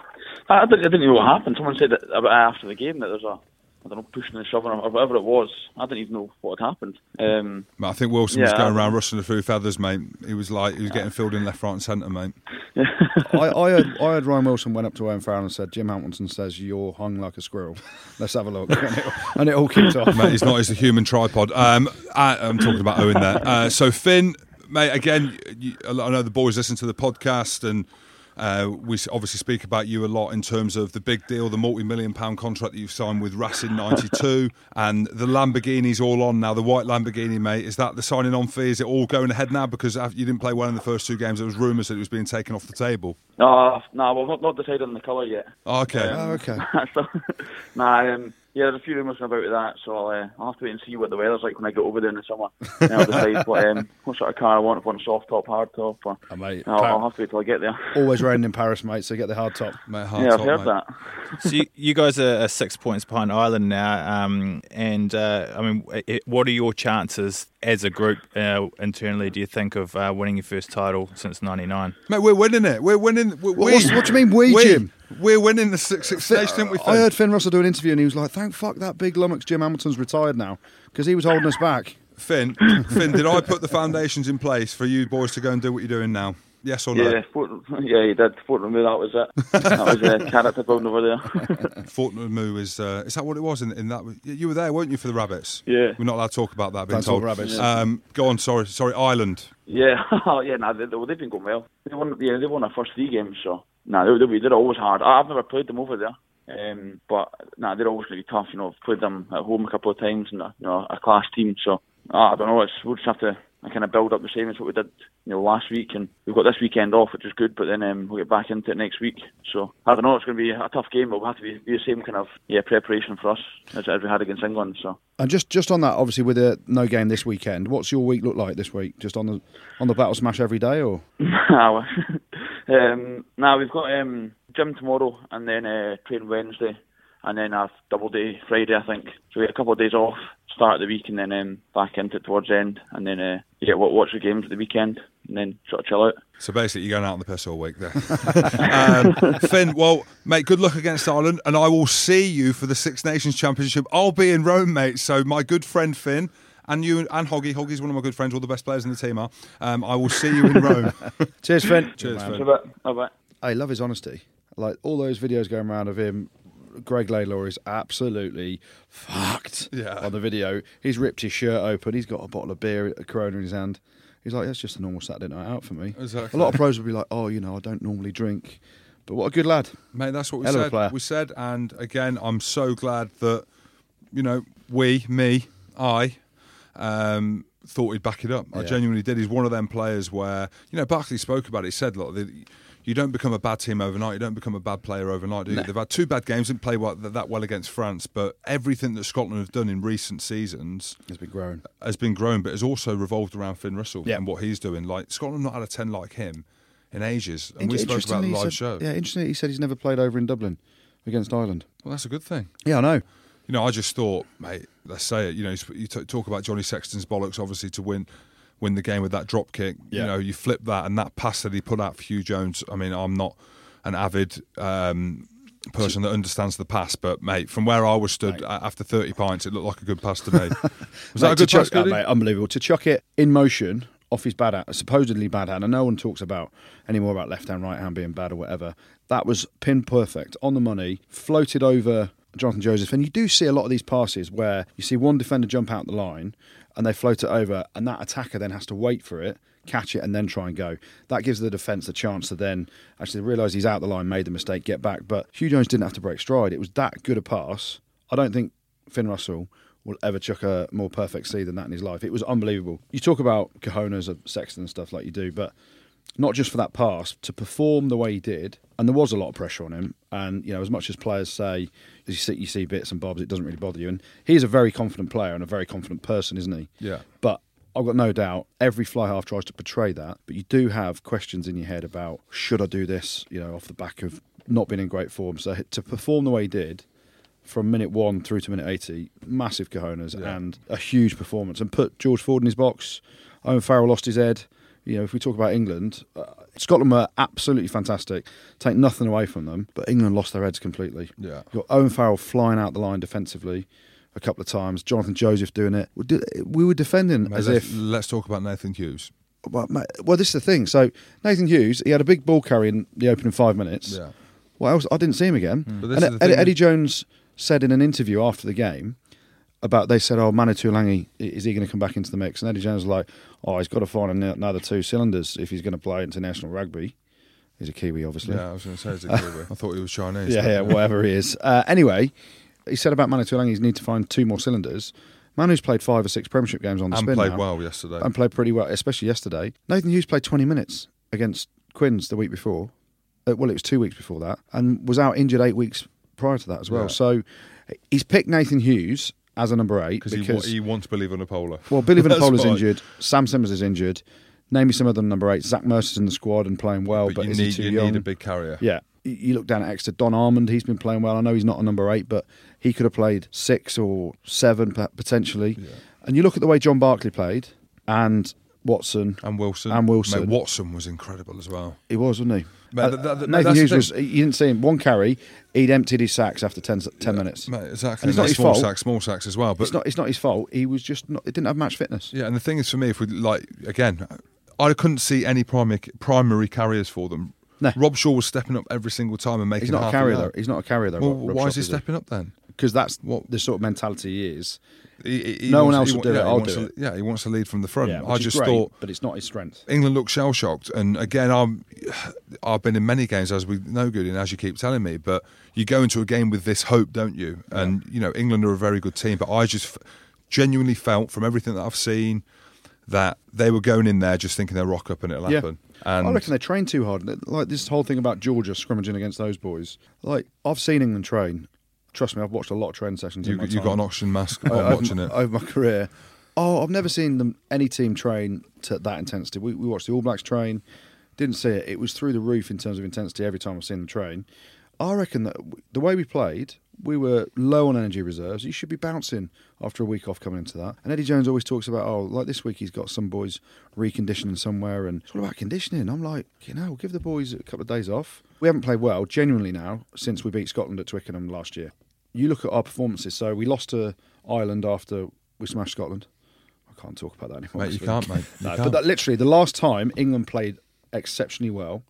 [SPEAKER 4] I, I, didn't, I didn't know what happened. Someone said that about after the game that there's a, I don't know, pushing and shoving or, or whatever it was. I didn't even know what had happened. Um,
[SPEAKER 2] Mate, I think Wilson was
[SPEAKER 4] Yeah.
[SPEAKER 2] going around rustling the through feathers, mate. He was like he was getting filled in left, right, and centre, mate.
[SPEAKER 3] I, I heard I heard Ryan Wilson went up to Owen Farrell and said, "Jim Hamilton says you're hung like a squirrel. (laughs) Let's have a look." And it, and it all kicked off.
[SPEAKER 2] Mate, he's not. He's a human tripod. Um, I, I'm talking about Owen there. Uh, so Finn, mate. Again, you, I know the boys listen to the podcast, and uh, we s- obviously speak about you a lot in terms of the big deal, the multi-million pound contract that you've signed with
[SPEAKER 4] (laughs)
[SPEAKER 2] Racing '92, and the Lamborghini's all on now. The white Lamborghini, mate. Is that the signing on fee? Is it all going ahead now? Because af- you didn't play well in the first two games, there was rumours that it was being taken off the table. Ah,
[SPEAKER 4] No, no, we've not, not decided on the colour yet. (laughs)
[SPEAKER 2] Okay.
[SPEAKER 3] Oh, okay.
[SPEAKER 4] so, nah, um, yeah, there's a few rumours about that, so I'll, uh, I'll have to wait and see what the weather's like when I get over there in the summer. Then I'll decide what,
[SPEAKER 2] (laughs)
[SPEAKER 4] um, what sort of car I want, if I want a soft top, hard top, or
[SPEAKER 3] Oh, mate,
[SPEAKER 4] I'll, I'll
[SPEAKER 3] Par-
[SPEAKER 4] have to wait till I get there.
[SPEAKER 3] always raining in Paris, mate. So get the hard top.
[SPEAKER 2] Mate, hard
[SPEAKER 4] Yeah, I've
[SPEAKER 2] top,
[SPEAKER 4] heard
[SPEAKER 2] mate.
[SPEAKER 4] that.
[SPEAKER 1] so you, you guys are, are six points behind Ireland now, um, and uh, I mean, it, what are your chances as a group uh, internally? Do you think of uh, winning your first title since '99?
[SPEAKER 2] Mate, we're winning it. We're winning. we
[SPEAKER 3] What- what's- what do you mean we, Jim?
[SPEAKER 2] We're winning the six, six stage, didn't we?
[SPEAKER 3] I
[SPEAKER 2] Finn?
[SPEAKER 3] heard Finn Russell do an interview and he was like, "Thank fuck that big lummox Jim Hamilton's retired now because he was holding us back."
[SPEAKER 2] Finn, Finn, did I put the foundations in place for you boys to go and do what you're doing now? Yes or no?
[SPEAKER 4] Yeah, Fort, (laughs) yeah, you did. Fortnum, that was
[SPEAKER 2] (laughs)
[SPEAKER 4] it. That was uh, character building over there.
[SPEAKER 2] Fortnum Moo is uh, is that what it was in, in that? You were there, weren't you, for the rabbits?
[SPEAKER 4] Yeah.
[SPEAKER 2] We're not allowed to talk about that. Being
[SPEAKER 3] Don't talk
[SPEAKER 2] told
[SPEAKER 3] rabbits.
[SPEAKER 2] Um, go on. Sorry, sorry. Ireland.
[SPEAKER 4] yeah, (laughs) Oh, yeah, nah, they, they, they've been going well. They won, yeah, they won their first three games, so nah, they, they, they're always hard. I, I've never played them over there, um, but nah, they're always going to be tough. You know, I've played them at home a couple of times, and uh, you know, a class team. So ah, I don't know. It's, we'll just have to kind of build up the same as what we did, you know, last week, and we've got this weekend off, which is good. But then um, we'll get back into it next week. So I don't know. It's going to be a tough game, but we'll have to be, be the same kind of yeah preparation for us as, as we had against England. So.
[SPEAKER 3] And just just on that, obviously with the no game this weekend, what's your week look like this week? Just on the on the battle smash every day, or
[SPEAKER 4] (laughs) Now, um, now we've got um, gym tomorrow and then uh, train Wednesday and then our double day Friday, I think. So we had a couple of days off, start of the week and then um, back into it towards the end. And then uh, yeah, wa- watch the games at the weekend and then sort of chill out.
[SPEAKER 2] So basically, you're going out on the piss all week there. (laughs) um, Finn, well, mate, good luck against Ireland, and I will see you for the Six Nations Championship. I'll be in Rome, mate. So my good friend Finn. And you and Hoggy, Hoggy's one of my good friends, all the best players in the team are. Um, I will see you in Rome.
[SPEAKER 3] cheers, Finn.
[SPEAKER 2] Cheers, Finn.
[SPEAKER 4] So, but, oh, but,
[SPEAKER 3] I love his honesty. Like all those videos going around of him. Greg Laidlaw is absolutely fucked
[SPEAKER 2] Yeah.
[SPEAKER 3] on the video. He's ripped his shirt open. He's got a bottle of beer, a Corona in his hand. He's like, that's just a normal Saturday night out for me.
[SPEAKER 2] Exactly.
[SPEAKER 3] A lot of pros would be like, oh, you know, I don't normally drink. But what a good lad.
[SPEAKER 2] Mate, that's what we
[SPEAKER 3] Hell of a
[SPEAKER 2] said.
[SPEAKER 3] player.
[SPEAKER 2] We said, and again, I'm so glad that you know we, me, I, um, thought he'd back it up. I
[SPEAKER 3] Yeah.
[SPEAKER 2] genuinely did. He's one of them players where you know Barkley spoke about it. He said, look. The, you don't become a bad team overnight. You don't become a bad player overnight, do you? They've had two bad games, didn't play well, that well against France, but everything that Scotland have done in recent seasons
[SPEAKER 3] He's been growing.
[SPEAKER 2] has been grown, but has also revolved around Finn Russell
[SPEAKER 3] Yeah.
[SPEAKER 2] and what he's doing. Like Scotland not had a ten like him in ages, and we
[SPEAKER 3] In-
[SPEAKER 2] spoke about
[SPEAKER 3] interestingly,
[SPEAKER 2] the
[SPEAKER 3] he
[SPEAKER 2] live
[SPEAKER 3] said-
[SPEAKER 2] show.
[SPEAKER 3] Yeah, interestingly, he said he's never played over in Dublin against Ireland.
[SPEAKER 2] Well, that's a good thing.
[SPEAKER 3] Yeah, I know.
[SPEAKER 2] You know, I just thought, mate, let's say it. You know, you sp- you t- talk about Johnny Sexton's bollocks, obviously, to win win the game with that drop kick. You
[SPEAKER 3] Yeah.
[SPEAKER 2] know, you flip that and that pass that he put out for Hugh Jones. I mean, I'm not an avid um, person that understands the pass, but mate, from where I was stood a after 30 pints, it looked like a good pass to
[SPEAKER 3] (laughs)
[SPEAKER 2] me. Was that
[SPEAKER 3] Mate,
[SPEAKER 2] a
[SPEAKER 3] to
[SPEAKER 2] good
[SPEAKER 3] chuck
[SPEAKER 2] pass,
[SPEAKER 3] that,
[SPEAKER 2] Goody?
[SPEAKER 3] mate, unbelievable. To chuck it in motion off his bad hand, supposedly bad hand, and no one talks about anymore about left hand, right hand being bad or whatever. That was pin perfect on the money, floated over Jonathan Joseph, and you do see a lot of these passes where you see one defender jump out the line and they float it over, and that attacker then has to wait for it. Catch it and then try and go. That gives the defence the chance to then actually realise he's out the line, made the mistake, get back. But Hugh Jones didn't have to break stride. It was that good a pass. I don't think Finn Russell will ever chuck a more perfect seed than that in his life. It was unbelievable. You talk about cojones of Sexton and stuff like you do, but not just for that pass, to perform the way he did, and there was a lot of pressure on him. And, you know, as much as players say, you see, you see bits and bobs, it doesn't really bother you. And he's a very confident player and a very confident person, isn't he?
[SPEAKER 2] Yeah.
[SPEAKER 3] But I've got no doubt every fly half tries to portray that, but you do have questions in your head about should I do this, you know, off the back of not being in great form. So to perform the way he did from minute one through to minute 80, massive cojones and a huge performance and put George Ford in his box. Owen Farrell lost his head. You know, if we talk about England, uh, Scotland were absolutely fantastic. Take nothing away from them, but England lost their heads completely.
[SPEAKER 2] Yeah.
[SPEAKER 3] You've got Owen Farrell flying out the line defensively a couple of times. Jonathan Joseph doing it. We did- We were defending
[SPEAKER 2] Mate,
[SPEAKER 3] as
[SPEAKER 2] let's,
[SPEAKER 3] if.
[SPEAKER 2] let's talk about Nathan Hughes.
[SPEAKER 3] Well, mate, well, this is the thing. So Nathan Hughes, he had a big ball carry in the opening five minutes.
[SPEAKER 2] Yeah. Hmm.
[SPEAKER 3] What else? I didn't see him again.
[SPEAKER 2] But this
[SPEAKER 3] And
[SPEAKER 2] is the
[SPEAKER 3] Ed-
[SPEAKER 2] thing-
[SPEAKER 3] Eddie Jones said in an interview after the game about they said, "Oh, Manu Tulangi, i- is he going to come back into the mix?" And Eddie Jones was like, "Oh, he's got to find ano- another two cylinders if he's going to play international rugby." He's a Kiwi, obviously.
[SPEAKER 2] Yeah, I was going to say it's a Kiwi. I thought he was Chinese.
[SPEAKER 3] yeah, yeah, whatever he is. Uh, anyway, he said about Manu Tulangi's need to find two more cylinders. Manu's played five or six Premiership games on the
[SPEAKER 2] And
[SPEAKER 3] spin
[SPEAKER 2] played
[SPEAKER 3] now, Um,
[SPEAKER 2] well yesterday.
[SPEAKER 3] and played pretty well, especially yesterday. Nathan Hughes played 20 minutes against Quinns the week before. Uh, well, it was two weeks before that, and was out injured eight weeks prior to that as well.
[SPEAKER 2] Yeah.
[SPEAKER 3] So he's picked Nathan Hughes as a number eight
[SPEAKER 2] because he, wa- he wants to believe on a polar.
[SPEAKER 3] well, Billy
[SPEAKER 2] (laughs)
[SPEAKER 3] Van
[SPEAKER 2] That's
[SPEAKER 3] Vanpola's
[SPEAKER 2] fine.
[SPEAKER 3] injured. Sam Simmons is injured. Name me some of them. Number eight, Zach Mercer's in the squad and playing well,
[SPEAKER 2] But,
[SPEAKER 3] but,
[SPEAKER 2] you,
[SPEAKER 3] is he
[SPEAKER 2] need,
[SPEAKER 3] too
[SPEAKER 2] you
[SPEAKER 3] young?
[SPEAKER 2] need a big carrier.
[SPEAKER 3] Yeah. You- You look down at Exeter, Don Armand, he's been playing well. I know he's not a number eight, but he could have played six or seven p- potentially. And you look at the way John Barkley played and Watson,
[SPEAKER 2] And Wilson.
[SPEAKER 3] And Wilson.
[SPEAKER 2] Mate, Watson was incredible as well.
[SPEAKER 3] he was, wasn't he?
[SPEAKER 2] Mate,
[SPEAKER 3] Uh,
[SPEAKER 2] th- th- th-
[SPEAKER 3] Nathan
[SPEAKER 2] that's
[SPEAKER 3] Hughes
[SPEAKER 2] the
[SPEAKER 3] was, you didn't see him. One carry, he'd emptied his sacks after 10, 10 minutes.
[SPEAKER 2] Mate,
[SPEAKER 3] And
[SPEAKER 2] exactly.
[SPEAKER 3] it's not
[SPEAKER 2] they're
[SPEAKER 3] his
[SPEAKER 2] small
[SPEAKER 3] fault.
[SPEAKER 2] sacks, small sacks as well. But
[SPEAKER 3] It's not, it's not his fault. He was just not, he didn't have match fitness.
[SPEAKER 2] yeah, and the thing is for me, if we like again, I couldn't see any primary primary carriers for them.
[SPEAKER 3] No.
[SPEAKER 2] Rob Shaw was stepping up every single time and making.
[SPEAKER 3] He's not a
[SPEAKER 2] half
[SPEAKER 3] carrier,
[SPEAKER 2] yard.
[SPEAKER 3] though. He's not a carrier, though.
[SPEAKER 2] Well,
[SPEAKER 3] Rob- Rob
[SPEAKER 2] why is
[SPEAKER 3] Schopp,
[SPEAKER 2] he
[SPEAKER 3] is he?
[SPEAKER 2] stepping up then?
[SPEAKER 3] because that's
[SPEAKER 2] What-
[SPEAKER 3] the sort of mentality he is.
[SPEAKER 2] He- he- he
[SPEAKER 3] No one
[SPEAKER 2] wants-
[SPEAKER 3] else
[SPEAKER 2] he
[SPEAKER 3] will
[SPEAKER 2] wa-
[SPEAKER 3] do it,
[SPEAKER 2] yeah, he
[SPEAKER 3] I'll
[SPEAKER 2] wants
[SPEAKER 3] do
[SPEAKER 2] to-
[SPEAKER 3] it.
[SPEAKER 2] Yeah, he wants to lead from the front.
[SPEAKER 3] which
[SPEAKER 2] I
[SPEAKER 3] is
[SPEAKER 2] just
[SPEAKER 3] great,
[SPEAKER 2] thought
[SPEAKER 3] but it's not his strength.
[SPEAKER 2] England looked shell shocked, and again, I'm, I've been in many games as we know, good, and as you keep telling me, but you go into a game with this hope, don't you? And you know, England are a very good team, but I just f- genuinely felt from everything that I've seen that they were going in there just thinking they'll rock up and it'll happen. And
[SPEAKER 3] I reckon they train too hard. Like this whole thing about Georgia scrimmaging against those boys. Like I've seen England train. Trust me, I've watched a lot of train sessions. in
[SPEAKER 2] you,
[SPEAKER 3] my
[SPEAKER 2] you
[SPEAKER 3] time.
[SPEAKER 2] got an oxygen mask on
[SPEAKER 3] o- over,
[SPEAKER 2] watching it.
[SPEAKER 3] over my career. Oh, I've never seen them any team train to that intensity. We, we watched the All Blacks train, didn't see it. It was through the roof in terms of intensity every time I've seen them train. I reckon that w- the way we played, we were low on energy reserves. You should be bouncing after a week off coming into that. And Eddie Jones always talks about, oh, like this week he's got some boys reconditioning somewhere, and it's all about conditioning. I'm like, you know, give the boys a couple of days off. We haven't played well, genuinely now, since we beat Scotland at Twickenham last year you look at our performances. So we lost to Ireland after we smashed Scotland. I can't talk about that anymore.
[SPEAKER 2] Mate, you
[SPEAKER 3] actually.
[SPEAKER 2] can't, mate. You
[SPEAKER 3] No,
[SPEAKER 2] can't.
[SPEAKER 3] but that literally the last time England played exceptionally well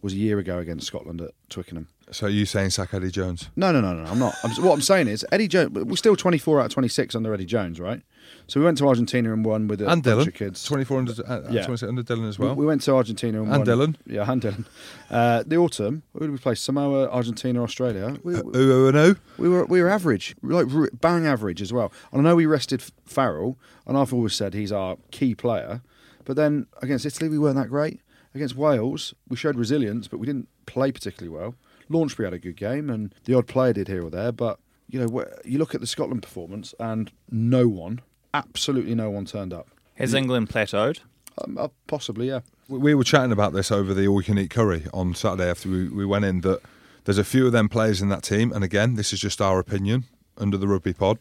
[SPEAKER 3] was a year ago against Scotland at Twickenham.
[SPEAKER 2] so you saying sack Eddie Jones?
[SPEAKER 3] No, no, no, no. I'm not. I'm, what I'm saying is Eddie Jones. We're still 24 out of 26 under Eddie Jones, right? So we went to Argentina and won with a
[SPEAKER 2] And
[SPEAKER 3] bunch
[SPEAKER 2] Dylan,
[SPEAKER 3] of kids.
[SPEAKER 2] 24 under, uh,
[SPEAKER 3] Yeah.
[SPEAKER 2] 26 under Dylan as well.
[SPEAKER 3] We went to Argentina and,
[SPEAKER 2] And
[SPEAKER 3] won.
[SPEAKER 2] Dylan.
[SPEAKER 3] Yeah, and Dylan. Uh, the autumn, who did we play? Samoa, Argentina, Australia. We,
[SPEAKER 2] Ooh, ooh, and ooh.
[SPEAKER 3] We were we were average, like r- bang average as well. And I know we rested F- Farrell, and I've always said he's our key player. But then against Italy, we weren't that great. Against Wales, we showed resilience, but we didn't play particularly well. Launchbury had a good game, and the odd player did here or there. But you know, wh- you look at the Scotland performance, and no one, absolutely no one, turned up.
[SPEAKER 1] Has England plateaued?
[SPEAKER 3] Um, uh, possibly, yeah.
[SPEAKER 2] We- We were chatting about this over the all you can eat curry on Saturday after we, we went in that there's a few of them players in that team, and again, this is just our opinion under the rugby pod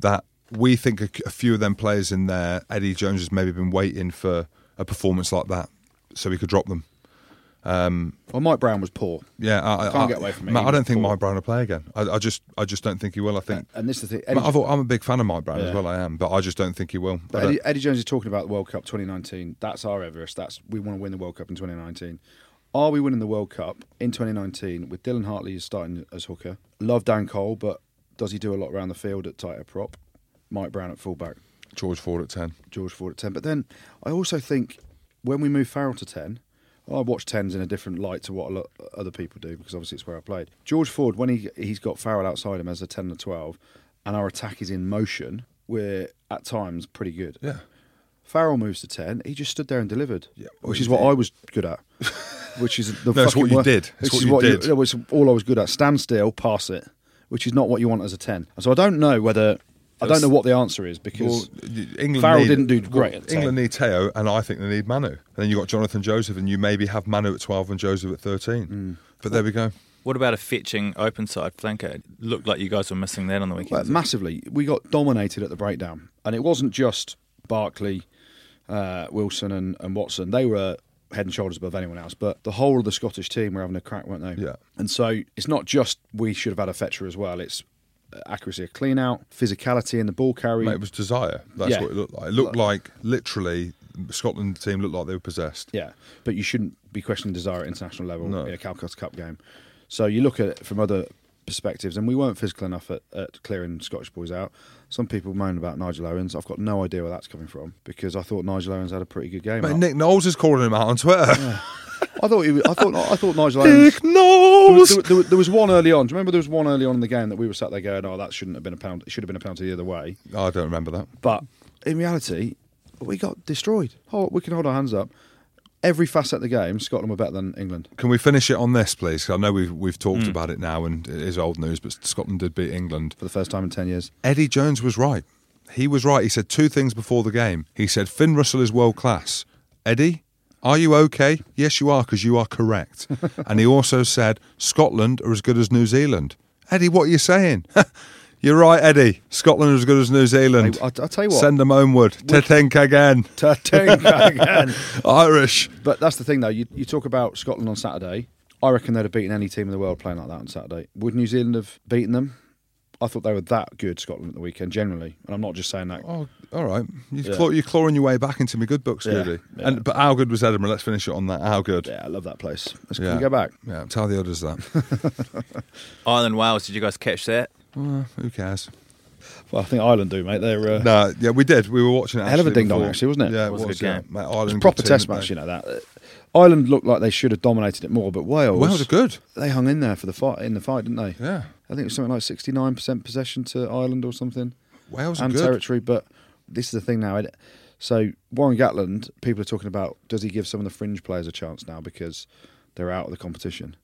[SPEAKER 2] that we think a, a few of them players in there, Eddie Jones has maybe been waiting for a performance like that so he could drop them.
[SPEAKER 3] Well, Mike Brown was poor.
[SPEAKER 2] Yeah, I, I-
[SPEAKER 3] Can't
[SPEAKER 2] I,
[SPEAKER 3] get away from it.
[SPEAKER 2] Matt,
[SPEAKER 3] He
[SPEAKER 2] I don't
[SPEAKER 3] was
[SPEAKER 2] think
[SPEAKER 3] poor.
[SPEAKER 2] Mike Brown will play again. I, I just, I just don't think he will. I think
[SPEAKER 3] And this is the thing.
[SPEAKER 2] Matt, I've, al- I'm a big fan of Mike Brown
[SPEAKER 3] Uh, Yeah.
[SPEAKER 2] as well. I am, but I just don't think he will. I
[SPEAKER 3] But
[SPEAKER 2] don't-
[SPEAKER 3] Eddie, Eddie Jones is talking about the World Cup 2019. That's our Everest. That's we want to win the World Cup in 2019. Are we winning the World Cup in 2019 with Dylan Hartley as starting as hooker? Love Dan Cole, but does he do a lot around the field at tighter prop? Mike Brown at fullback,
[SPEAKER 2] George Ford at ten.
[SPEAKER 3] George Ford at 10. But then I also think when we move Farrell to 10, I watch 10s in a different light to what a lot other people do because obviously it's where I played. George Ford, when he, he's got Farrell outside him as a 10 and a 12, and our attack is in motion, we're at times pretty good.
[SPEAKER 2] Yeah.
[SPEAKER 3] Farrell moves to ten. He just stood there and delivered,
[SPEAKER 2] Yeah, well,
[SPEAKER 3] which
[SPEAKER 2] he
[SPEAKER 3] is what
[SPEAKER 2] did.
[SPEAKER 3] I was good at. (laughs) Which is the
[SPEAKER 2] No, it's
[SPEAKER 3] fucking
[SPEAKER 2] what you
[SPEAKER 3] wor-
[SPEAKER 2] did. It's
[SPEAKER 3] which
[SPEAKER 2] what
[SPEAKER 3] is
[SPEAKER 2] you did.
[SPEAKER 3] It was all I was good at. Stand still, pass it, which is not what you want as a ten. So I don't know whether I don't know what the answer is
[SPEAKER 2] Well,
[SPEAKER 3] because
[SPEAKER 2] England
[SPEAKER 3] Farrell
[SPEAKER 2] need-
[SPEAKER 3] didn't do great at 10.
[SPEAKER 2] England need Teo, and I think they need Manu. And then you have got Jonathan Joseph, and you maybe have Manu at twelve and Joseph at thirteen.
[SPEAKER 3] Mm.
[SPEAKER 2] But there we go.
[SPEAKER 1] What about a fetching open side flanker? It looked like you guys were missing that on the
[SPEAKER 3] well,
[SPEAKER 1] weekend.
[SPEAKER 3] massively we got dominated at the breakdown, and it wasn't just Barkley, uh, Wilson, and, and Watson. They were head and shoulders above anyone else, but the whole of the Scottish team were having a crack, weren't they?
[SPEAKER 2] Yeah.
[SPEAKER 3] And so it's not just we should have had a fetcher as well. It's accuracy of clean out, physicality in the ball carry.
[SPEAKER 2] Mate, it was desire. That's
[SPEAKER 3] Yeah.
[SPEAKER 2] what it looked like. It looked like literally Scotland team looked like they were possessed.
[SPEAKER 3] Yeah, but you shouldn't be questioning desire at international level
[SPEAKER 2] No.
[SPEAKER 3] in a Calcutta Cup game. So you look at it from other perspectives, and we weren't physical enough at, at clearing Scottish boys out. Some people moan about Nigel Owens. I've got no idea where that's coming from because I thought Nigel Owens had a pretty good game.
[SPEAKER 2] Mate,
[SPEAKER 3] I,
[SPEAKER 2] Nick Knowles is calling him out on Twitter.
[SPEAKER 3] I thought he was, I thought I thought Nigel
[SPEAKER 2] (laughs)
[SPEAKER 3] Owens.
[SPEAKER 2] Nick
[SPEAKER 3] There was,
[SPEAKER 2] Knowles.
[SPEAKER 3] there was- there was one early on. Do you remember there was one early on in the game that we were sat there going, "Oh, that shouldn't have been a pound. It should have been a penalty the other way."
[SPEAKER 2] I don't remember that.
[SPEAKER 3] But in reality, we got destroyed. Oh, we can hold our hands up. Every facet of the game, Scotland were better than England.
[SPEAKER 2] Can we finish it on this, please? 'Cause I know we've we've
[SPEAKER 3] Hmm.
[SPEAKER 2] talked about it now, and it is old news. But Scotland did beat England.
[SPEAKER 3] for the first time in 10 years.
[SPEAKER 2] Eddie Jones was right. He was right. He said two things before the game. He said Finn Russell is world class. Eddie, are you okay? Yes, you are, because you are
[SPEAKER 3] (laughs)
[SPEAKER 2] correct. and he also said Scotland are as good as New Zealand. Eddie, what are you saying? (laughs) You're right, Eddie. Scotland are as good as New Zealand.
[SPEAKER 3] I- I- I tell you what-
[SPEAKER 2] Send them homeward. Tethink again.
[SPEAKER 3] (laughs) again.
[SPEAKER 2] Irish.
[SPEAKER 3] But that's the thing, though. You, you talk about Scotland on Saturday. I reckon they'd have beaten any team in the world playing like that on Saturday. Would New Zealand have beaten them? I thought they were that good, Scotland, at the weekend, generally. And I'm not just saying that.
[SPEAKER 2] Oh, all right. You claw, you're clawing your way back into my good books,
[SPEAKER 3] Yeah,
[SPEAKER 2] Goody.
[SPEAKER 3] yeah.
[SPEAKER 2] And but how good was Edinburgh? Let's finish it on that. How good?
[SPEAKER 3] Yeah, I love that place. Let's
[SPEAKER 2] Yeah.
[SPEAKER 3] can we go back.
[SPEAKER 2] Yeah, tell the others that.
[SPEAKER 3] (laughs)
[SPEAKER 1] Ireland, Wales, did you guys catch that?
[SPEAKER 2] Uh, who cares?
[SPEAKER 3] Well, I think Ireland do, mate. They're uh,
[SPEAKER 2] No, yeah, we did. We were watching it.
[SPEAKER 3] Hell of a
[SPEAKER 2] actually
[SPEAKER 3] ding-dong,
[SPEAKER 2] before.
[SPEAKER 3] actually, wasn't it?
[SPEAKER 2] Yeah,
[SPEAKER 1] It was a good
[SPEAKER 2] yeah.
[SPEAKER 1] game.
[SPEAKER 2] Mate,
[SPEAKER 3] it's
[SPEAKER 2] Ireland
[SPEAKER 3] a proper
[SPEAKER 2] looked
[SPEAKER 3] test
[SPEAKER 2] in,
[SPEAKER 3] match, you
[SPEAKER 2] didn't
[SPEAKER 3] know that. Uh, Ireland looked like they should have dominated it more, but Wales.
[SPEAKER 2] they? Wales are good.
[SPEAKER 3] They hung in there for the fight in the fight, didn't they?
[SPEAKER 2] Yeah,
[SPEAKER 3] I think it was something like 69% possession to Ireland or something.
[SPEAKER 2] Wales are
[SPEAKER 3] and
[SPEAKER 2] good.
[SPEAKER 3] territory. But this is the thing now. it- So Warren Gatland, people are talking about does he give some of the fringe players a chance now because they're out of the competition.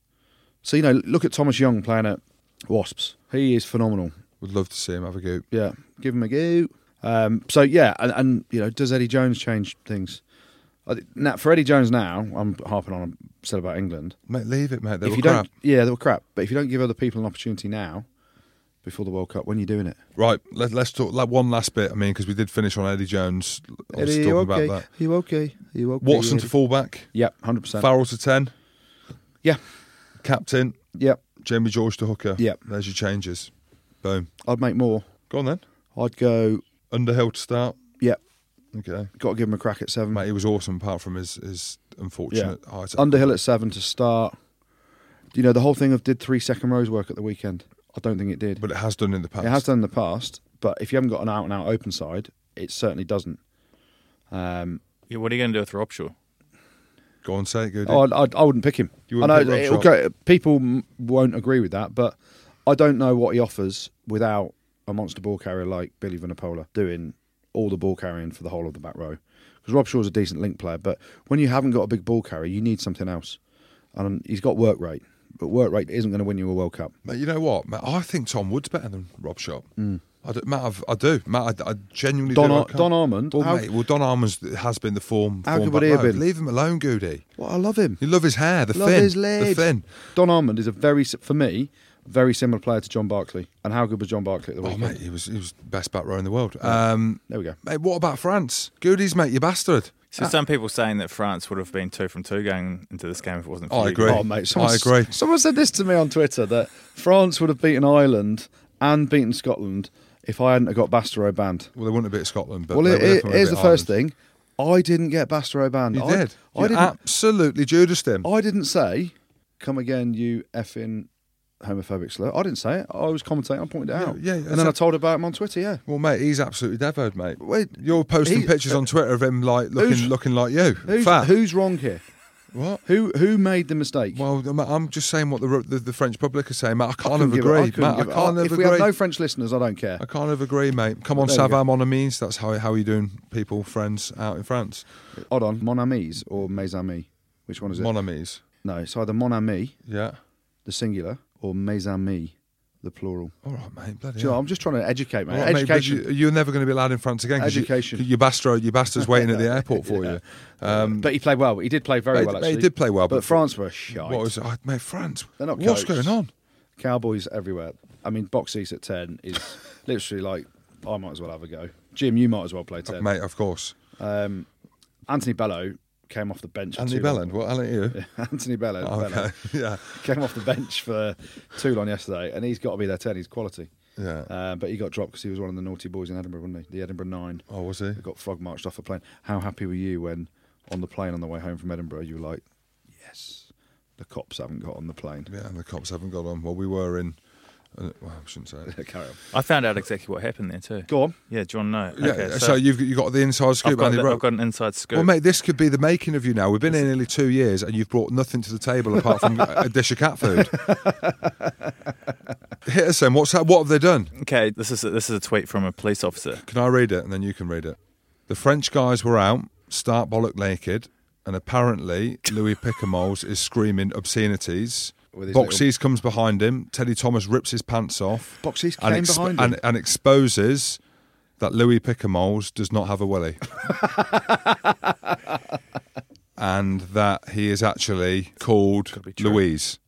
[SPEAKER 3] So you know, look at Thomas Young playing at Wasps. He is phenomenal.
[SPEAKER 2] Would love to see him have a go.
[SPEAKER 3] Yeah, give him a go. Um, so yeah, and, and you know, does Eddie Jones change things? I thi- Now for Eddie Jones, now I'm harping on still about England.
[SPEAKER 2] Mate, leave it, mate. They
[SPEAKER 3] if
[SPEAKER 2] were
[SPEAKER 3] you
[SPEAKER 2] crap.
[SPEAKER 3] don't, yeah, they were crap. But if you don't give other people an opportunity now, before the World Cup, when are you doing it?
[SPEAKER 2] Right, let, let's talk like, one last bit. I mean, because we did finish on Eddie Jones. I was
[SPEAKER 3] Eddie,
[SPEAKER 2] talking
[SPEAKER 3] you okay?
[SPEAKER 2] about that.
[SPEAKER 3] You okay? You okay?
[SPEAKER 2] Watson
[SPEAKER 3] Eddie?
[SPEAKER 2] to fullback,
[SPEAKER 3] Yep, hundred percent.
[SPEAKER 2] Farrell to ten,
[SPEAKER 3] Yeah,
[SPEAKER 2] captain,
[SPEAKER 3] yep.
[SPEAKER 2] Jamie George to hooker.
[SPEAKER 3] Yep.
[SPEAKER 2] there's your changes. Boom.
[SPEAKER 3] I'd make more.
[SPEAKER 2] Go on then.
[SPEAKER 3] I'd go.
[SPEAKER 2] Underhill to start.
[SPEAKER 3] Yep,
[SPEAKER 2] Okay,
[SPEAKER 3] got to give him a crack at seven.
[SPEAKER 2] mate. He was awesome, apart from his his
[SPEAKER 3] yeah,
[SPEAKER 2] unfortunate height.
[SPEAKER 3] Underhill at seven to start. You know the whole thing of did three second rows work at the weekend? I don't think it did.
[SPEAKER 2] but it has done in the past.
[SPEAKER 3] it has done in the past, but if you haven't got an out and out open side, it certainly doesn't. Um,
[SPEAKER 1] Yeah, what are you going to do with Robshaw?
[SPEAKER 2] Go on, say it, Goody.
[SPEAKER 3] oh, I'd, I'd, I wouldn't pick him.
[SPEAKER 2] You
[SPEAKER 3] I
[SPEAKER 2] wouldn't
[SPEAKER 3] know
[SPEAKER 2] pick
[SPEAKER 3] it'll
[SPEAKER 2] Robshaw?
[SPEAKER 3] go, people m- won't agree with that, but I don't know what he offers without a monster ball carrier like Billy Vanapola doing all the ball carrying for the whole of the back row. Because Rob Shaw's a decent link player, but when you haven't got a big ball carrier, you need something else. And he's got work rate, but work rate isn't going to win you a World Cup.
[SPEAKER 2] Mate, you know what? Matt, I think Tom Wood's better than Rob Shop. I do, Matt, I've, I do. Matt, I, I genuinely
[SPEAKER 3] Hmm. Don
[SPEAKER 2] do. I
[SPEAKER 3] Ar-
[SPEAKER 2] can't-
[SPEAKER 3] Don Armand?
[SPEAKER 2] Well,
[SPEAKER 3] How-
[SPEAKER 2] mate, well, Don Armand has been the form.
[SPEAKER 3] How
[SPEAKER 2] form
[SPEAKER 3] good would
[SPEAKER 2] back
[SPEAKER 3] he have
[SPEAKER 2] row.
[SPEAKER 3] been?
[SPEAKER 2] Leave him alone, Goody.
[SPEAKER 3] Well, I love him.
[SPEAKER 2] You love his hair, the
[SPEAKER 3] Love
[SPEAKER 2] fin,
[SPEAKER 3] his legs.
[SPEAKER 2] the fin.
[SPEAKER 3] Don Armand is a very, si- for me, very similar player to John Barkley. And how good was John Barkley at the
[SPEAKER 2] Oh,
[SPEAKER 3] weekend?
[SPEAKER 2] mate, he was he was best back row in the world. Um,
[SPEAKER 3] There we go.
[SPEAKER 2] mate, what about France? Goody's, mate, you bastard.
[SPEAKER 1] So some people saying that France would have been two from two going into this game if it wasn't for
[SPEAKER 2] I
[SPEAKER 1] you
[SPEAKER 2] agree.
[SPEAKER 1] guys.
[SPEAKER 3] Oh, mate, someone,
[SPEAKER 2] I agree.
[SPEAKER 3] Someone said this to me on Twitter that France would have beaten Ireland and beaten Scotland if I hadn't have got Bastero banned.
[SPEAKER 2] Well, they wouldn't have bit Scotland, but
[SPEAKER 3] Well,
[SPEAKER 2] they
[SPEAKER 3] here-
[SPEAKER 2] would
[SPEAKER 3] here-
[SPEAKER 2] definitely
[SPEAKER 3] here's the
[SPEAKER 2] have
[SPEAKER 3] first
[SPEAKER 2] beat
[SPEAKER 3] thing: I didn't get Bastero banned.
[SPEAKER 2] Ireland.
[SPEAKER 3] I,
[SPEAKER 2] You did.
[SPEAKER 3] I
[SPEAKER 2] You
[SPEAKER 3] didn't. Oh.
[SPEAKER 2] absolutely judiced him.
[SPEAKER 3] I didn't say, "Come again, you effing." Homophobic slur. I didn't say it. I was commentating. I pointed it out.
[SPEAKER 2] yeah,
[SPEAKER 3] and
[SPEAKER 2] that's
[SPEAKER 3] then I
[SPEAKER 2] it.
[SPEAKER 3] told her about him on Twitter. Yeah.
[SPEAKER 2] Well, mate, he's absolutely devoed, mate.
[SPEAKER 3] Wait,
[SPEAKER 2] You're posting
[SPEAKER 3] he-
[SPEAKER 2] pictures on Twitter of him like looking
[SPEAKER 3] Who's-
[SPEAKER 2] looking like you,
[SPEAKER 3] Who's,
[SPEAKER 2] fat.
[SPEAKER 3] who's wrong here?
[SPEAKER 2] What?
[SPEAKER 3] Who who made the mistake?
[SPEAKER 2] Well, I'm- I'm just saying what the, the, the French public are saying, mate. I can't
[SPEAKER 3] couldn't
[SPEAKER 2] have
[SPEAKER 3] give a-
[SPEAKER 2] agreed,
[SPEAKER 3] couldn't
[SPEAKER 2] mate. I
[SPEAKER 3] give a-
[SPEAKER 2] can't
[SPEAKER 3] If
[SPEAKER 2] have
[SPEAKER 3] we have no
[SPEAKER 2] agreed.
[SPEAKER 3] French listeners, I don't care.
[SPEAKER 2] I can't have agreed, mate. Come on,
[SPEAKER 3] There we go.
[SPEAKER 2] Savam, mon ami. That's how how are you doing, people, friends out in France?
[SPEAKER 3] Hold on, mon amis or mes amis? Which one is it?
[SPEAKER 2] Mon amis.
[SPEAKER 3] no, it's either mon ami
[SPEAKER 2] Yeah.
[SPEAKER 3] the singular, or mes amis, the plural.
[SPEAKER 2] All right, mate. Bloody
[SPEAKER 3] Do you know,
[SPEAKER 2] hell.
[SPEAKER 3] I'm just trying to educate, mate.
[SPEAKER 2] All right, mate, but
[SPEAKER 3] Education.
[SPEAKER 2] you, you're never going to be allowed in France again. 'cause
[SPEAKER 3] Education.
[SPEAKER 2] You, your bastard, your bastard's waiting
[SPEAKER 3] (laughs)
[SPEAKER 2] at the airport for you. Um,
[SPEAKER 3] but he played well. He did play very
[SPEAKER 2] Mate,
[SPEAKER 3] well,
[SPEAKER 2] mate,
[SPEAKER 3] actually.
[SPEAKER 2] he did play well,
[SPEAKER 3] But
[SPEAKER 2] but-
[SPEAKER 3] France were shite.
[SPEAKER 2] what was it? Oh, mate, France.
[SPEAKER 3] They're not
[SPEAKER 2] What's
[SPEAKER 3] coached.
[SPEAKER 2] going on?
[SPEAKER 3] Cowboys everywhere. I mean, box seats at 10
[SPEAKER 2] (laughs)
[SPEAKER 3] is literally like, I might as well have a go. Jim, you might as well play 10.
[SPEAKER 2] Mate, of course.
[SPEAKER 3] Um, Anthony Bello came off the bench. for
[SPEAKER 2] Andy
[SPEAKER 3] too long.
[SPEAKER 2] Belland. What? Alan, you?
[SPEAKER 3] (laughs) Anthony Bello,
[SPEAKER 2] Oh,
[SPEAKER 3] Bello
[SPEAKER 2] (laughs) okay. (laughs) yeah.
[SPEAKER 3] (laughs) came off the bench for Toulon yesterday, and he's got to be their 10. He's quality.
[SPEAKER 2] Yeah.
[SPEAKER 3] Uh, but he got dropped because he was one of the naughty boys in Edinburgh, wasn't he? The Edinburgh Nine.
[SPEAKER 2] Oh, was he?
[SPEAKER 3] I got frog marched off the plane. How happy were you when on the plane on the way home from Edinburgh you were like, yes, the cops haven't got on the plane?
[SPEAKER 2] (laughs) Yeah, and the cops haven't got on. Well, we were in And, well, I shouldn't say it.
[SPEAKER 3] Carry on.
[SPEAKER 1] I found out exactly what happened there too.
[SPEAKER 3] Go on.
[SPEAKER 1] Yeah, John. No.
[SPEAKER 2] Yeah,
[SPEAKER 1] Okay,
[SPEAKER 2] so, you've, you've got the inside scoop,
[SPEAKER 1] I've got,
[SPEAKER 2] Andy
[SPEAKER 1] the-
[SPEAKER 2] Rowe.
[SPEAKER 1] I've got an inside scoop.
[SPEAKER 2] Well, mate, this could be the making of you now. We've been here nearly two years, and you've brought nothing to the table apart from a dish of
[SPEAKER 1] (laughs)
[SPEAKER 2] cat food. Hit us then. What's that? What have they done?
[SPEAKER 1] okay, this is a, this is a tweet from a police officer.
[SPEAKER 2] Can I read it, and then you can read it? The French guys were out, start bollock naked, and apparently Louis Picamoles is screaming obscenities.
[SPEAKER 3] With his
[SPEAKER 2] Boxes comes behind him. Teddy Thomas rips his pants off.
[SPEAKER 3] Boxes
[SPEAKER 2] and
[SPEAKER 3] came behind him?
[SPEAKER 2] and, and exposes that Louis Picamoles does not have a willy. (laughs) and that he is actually called (laughs) Louise.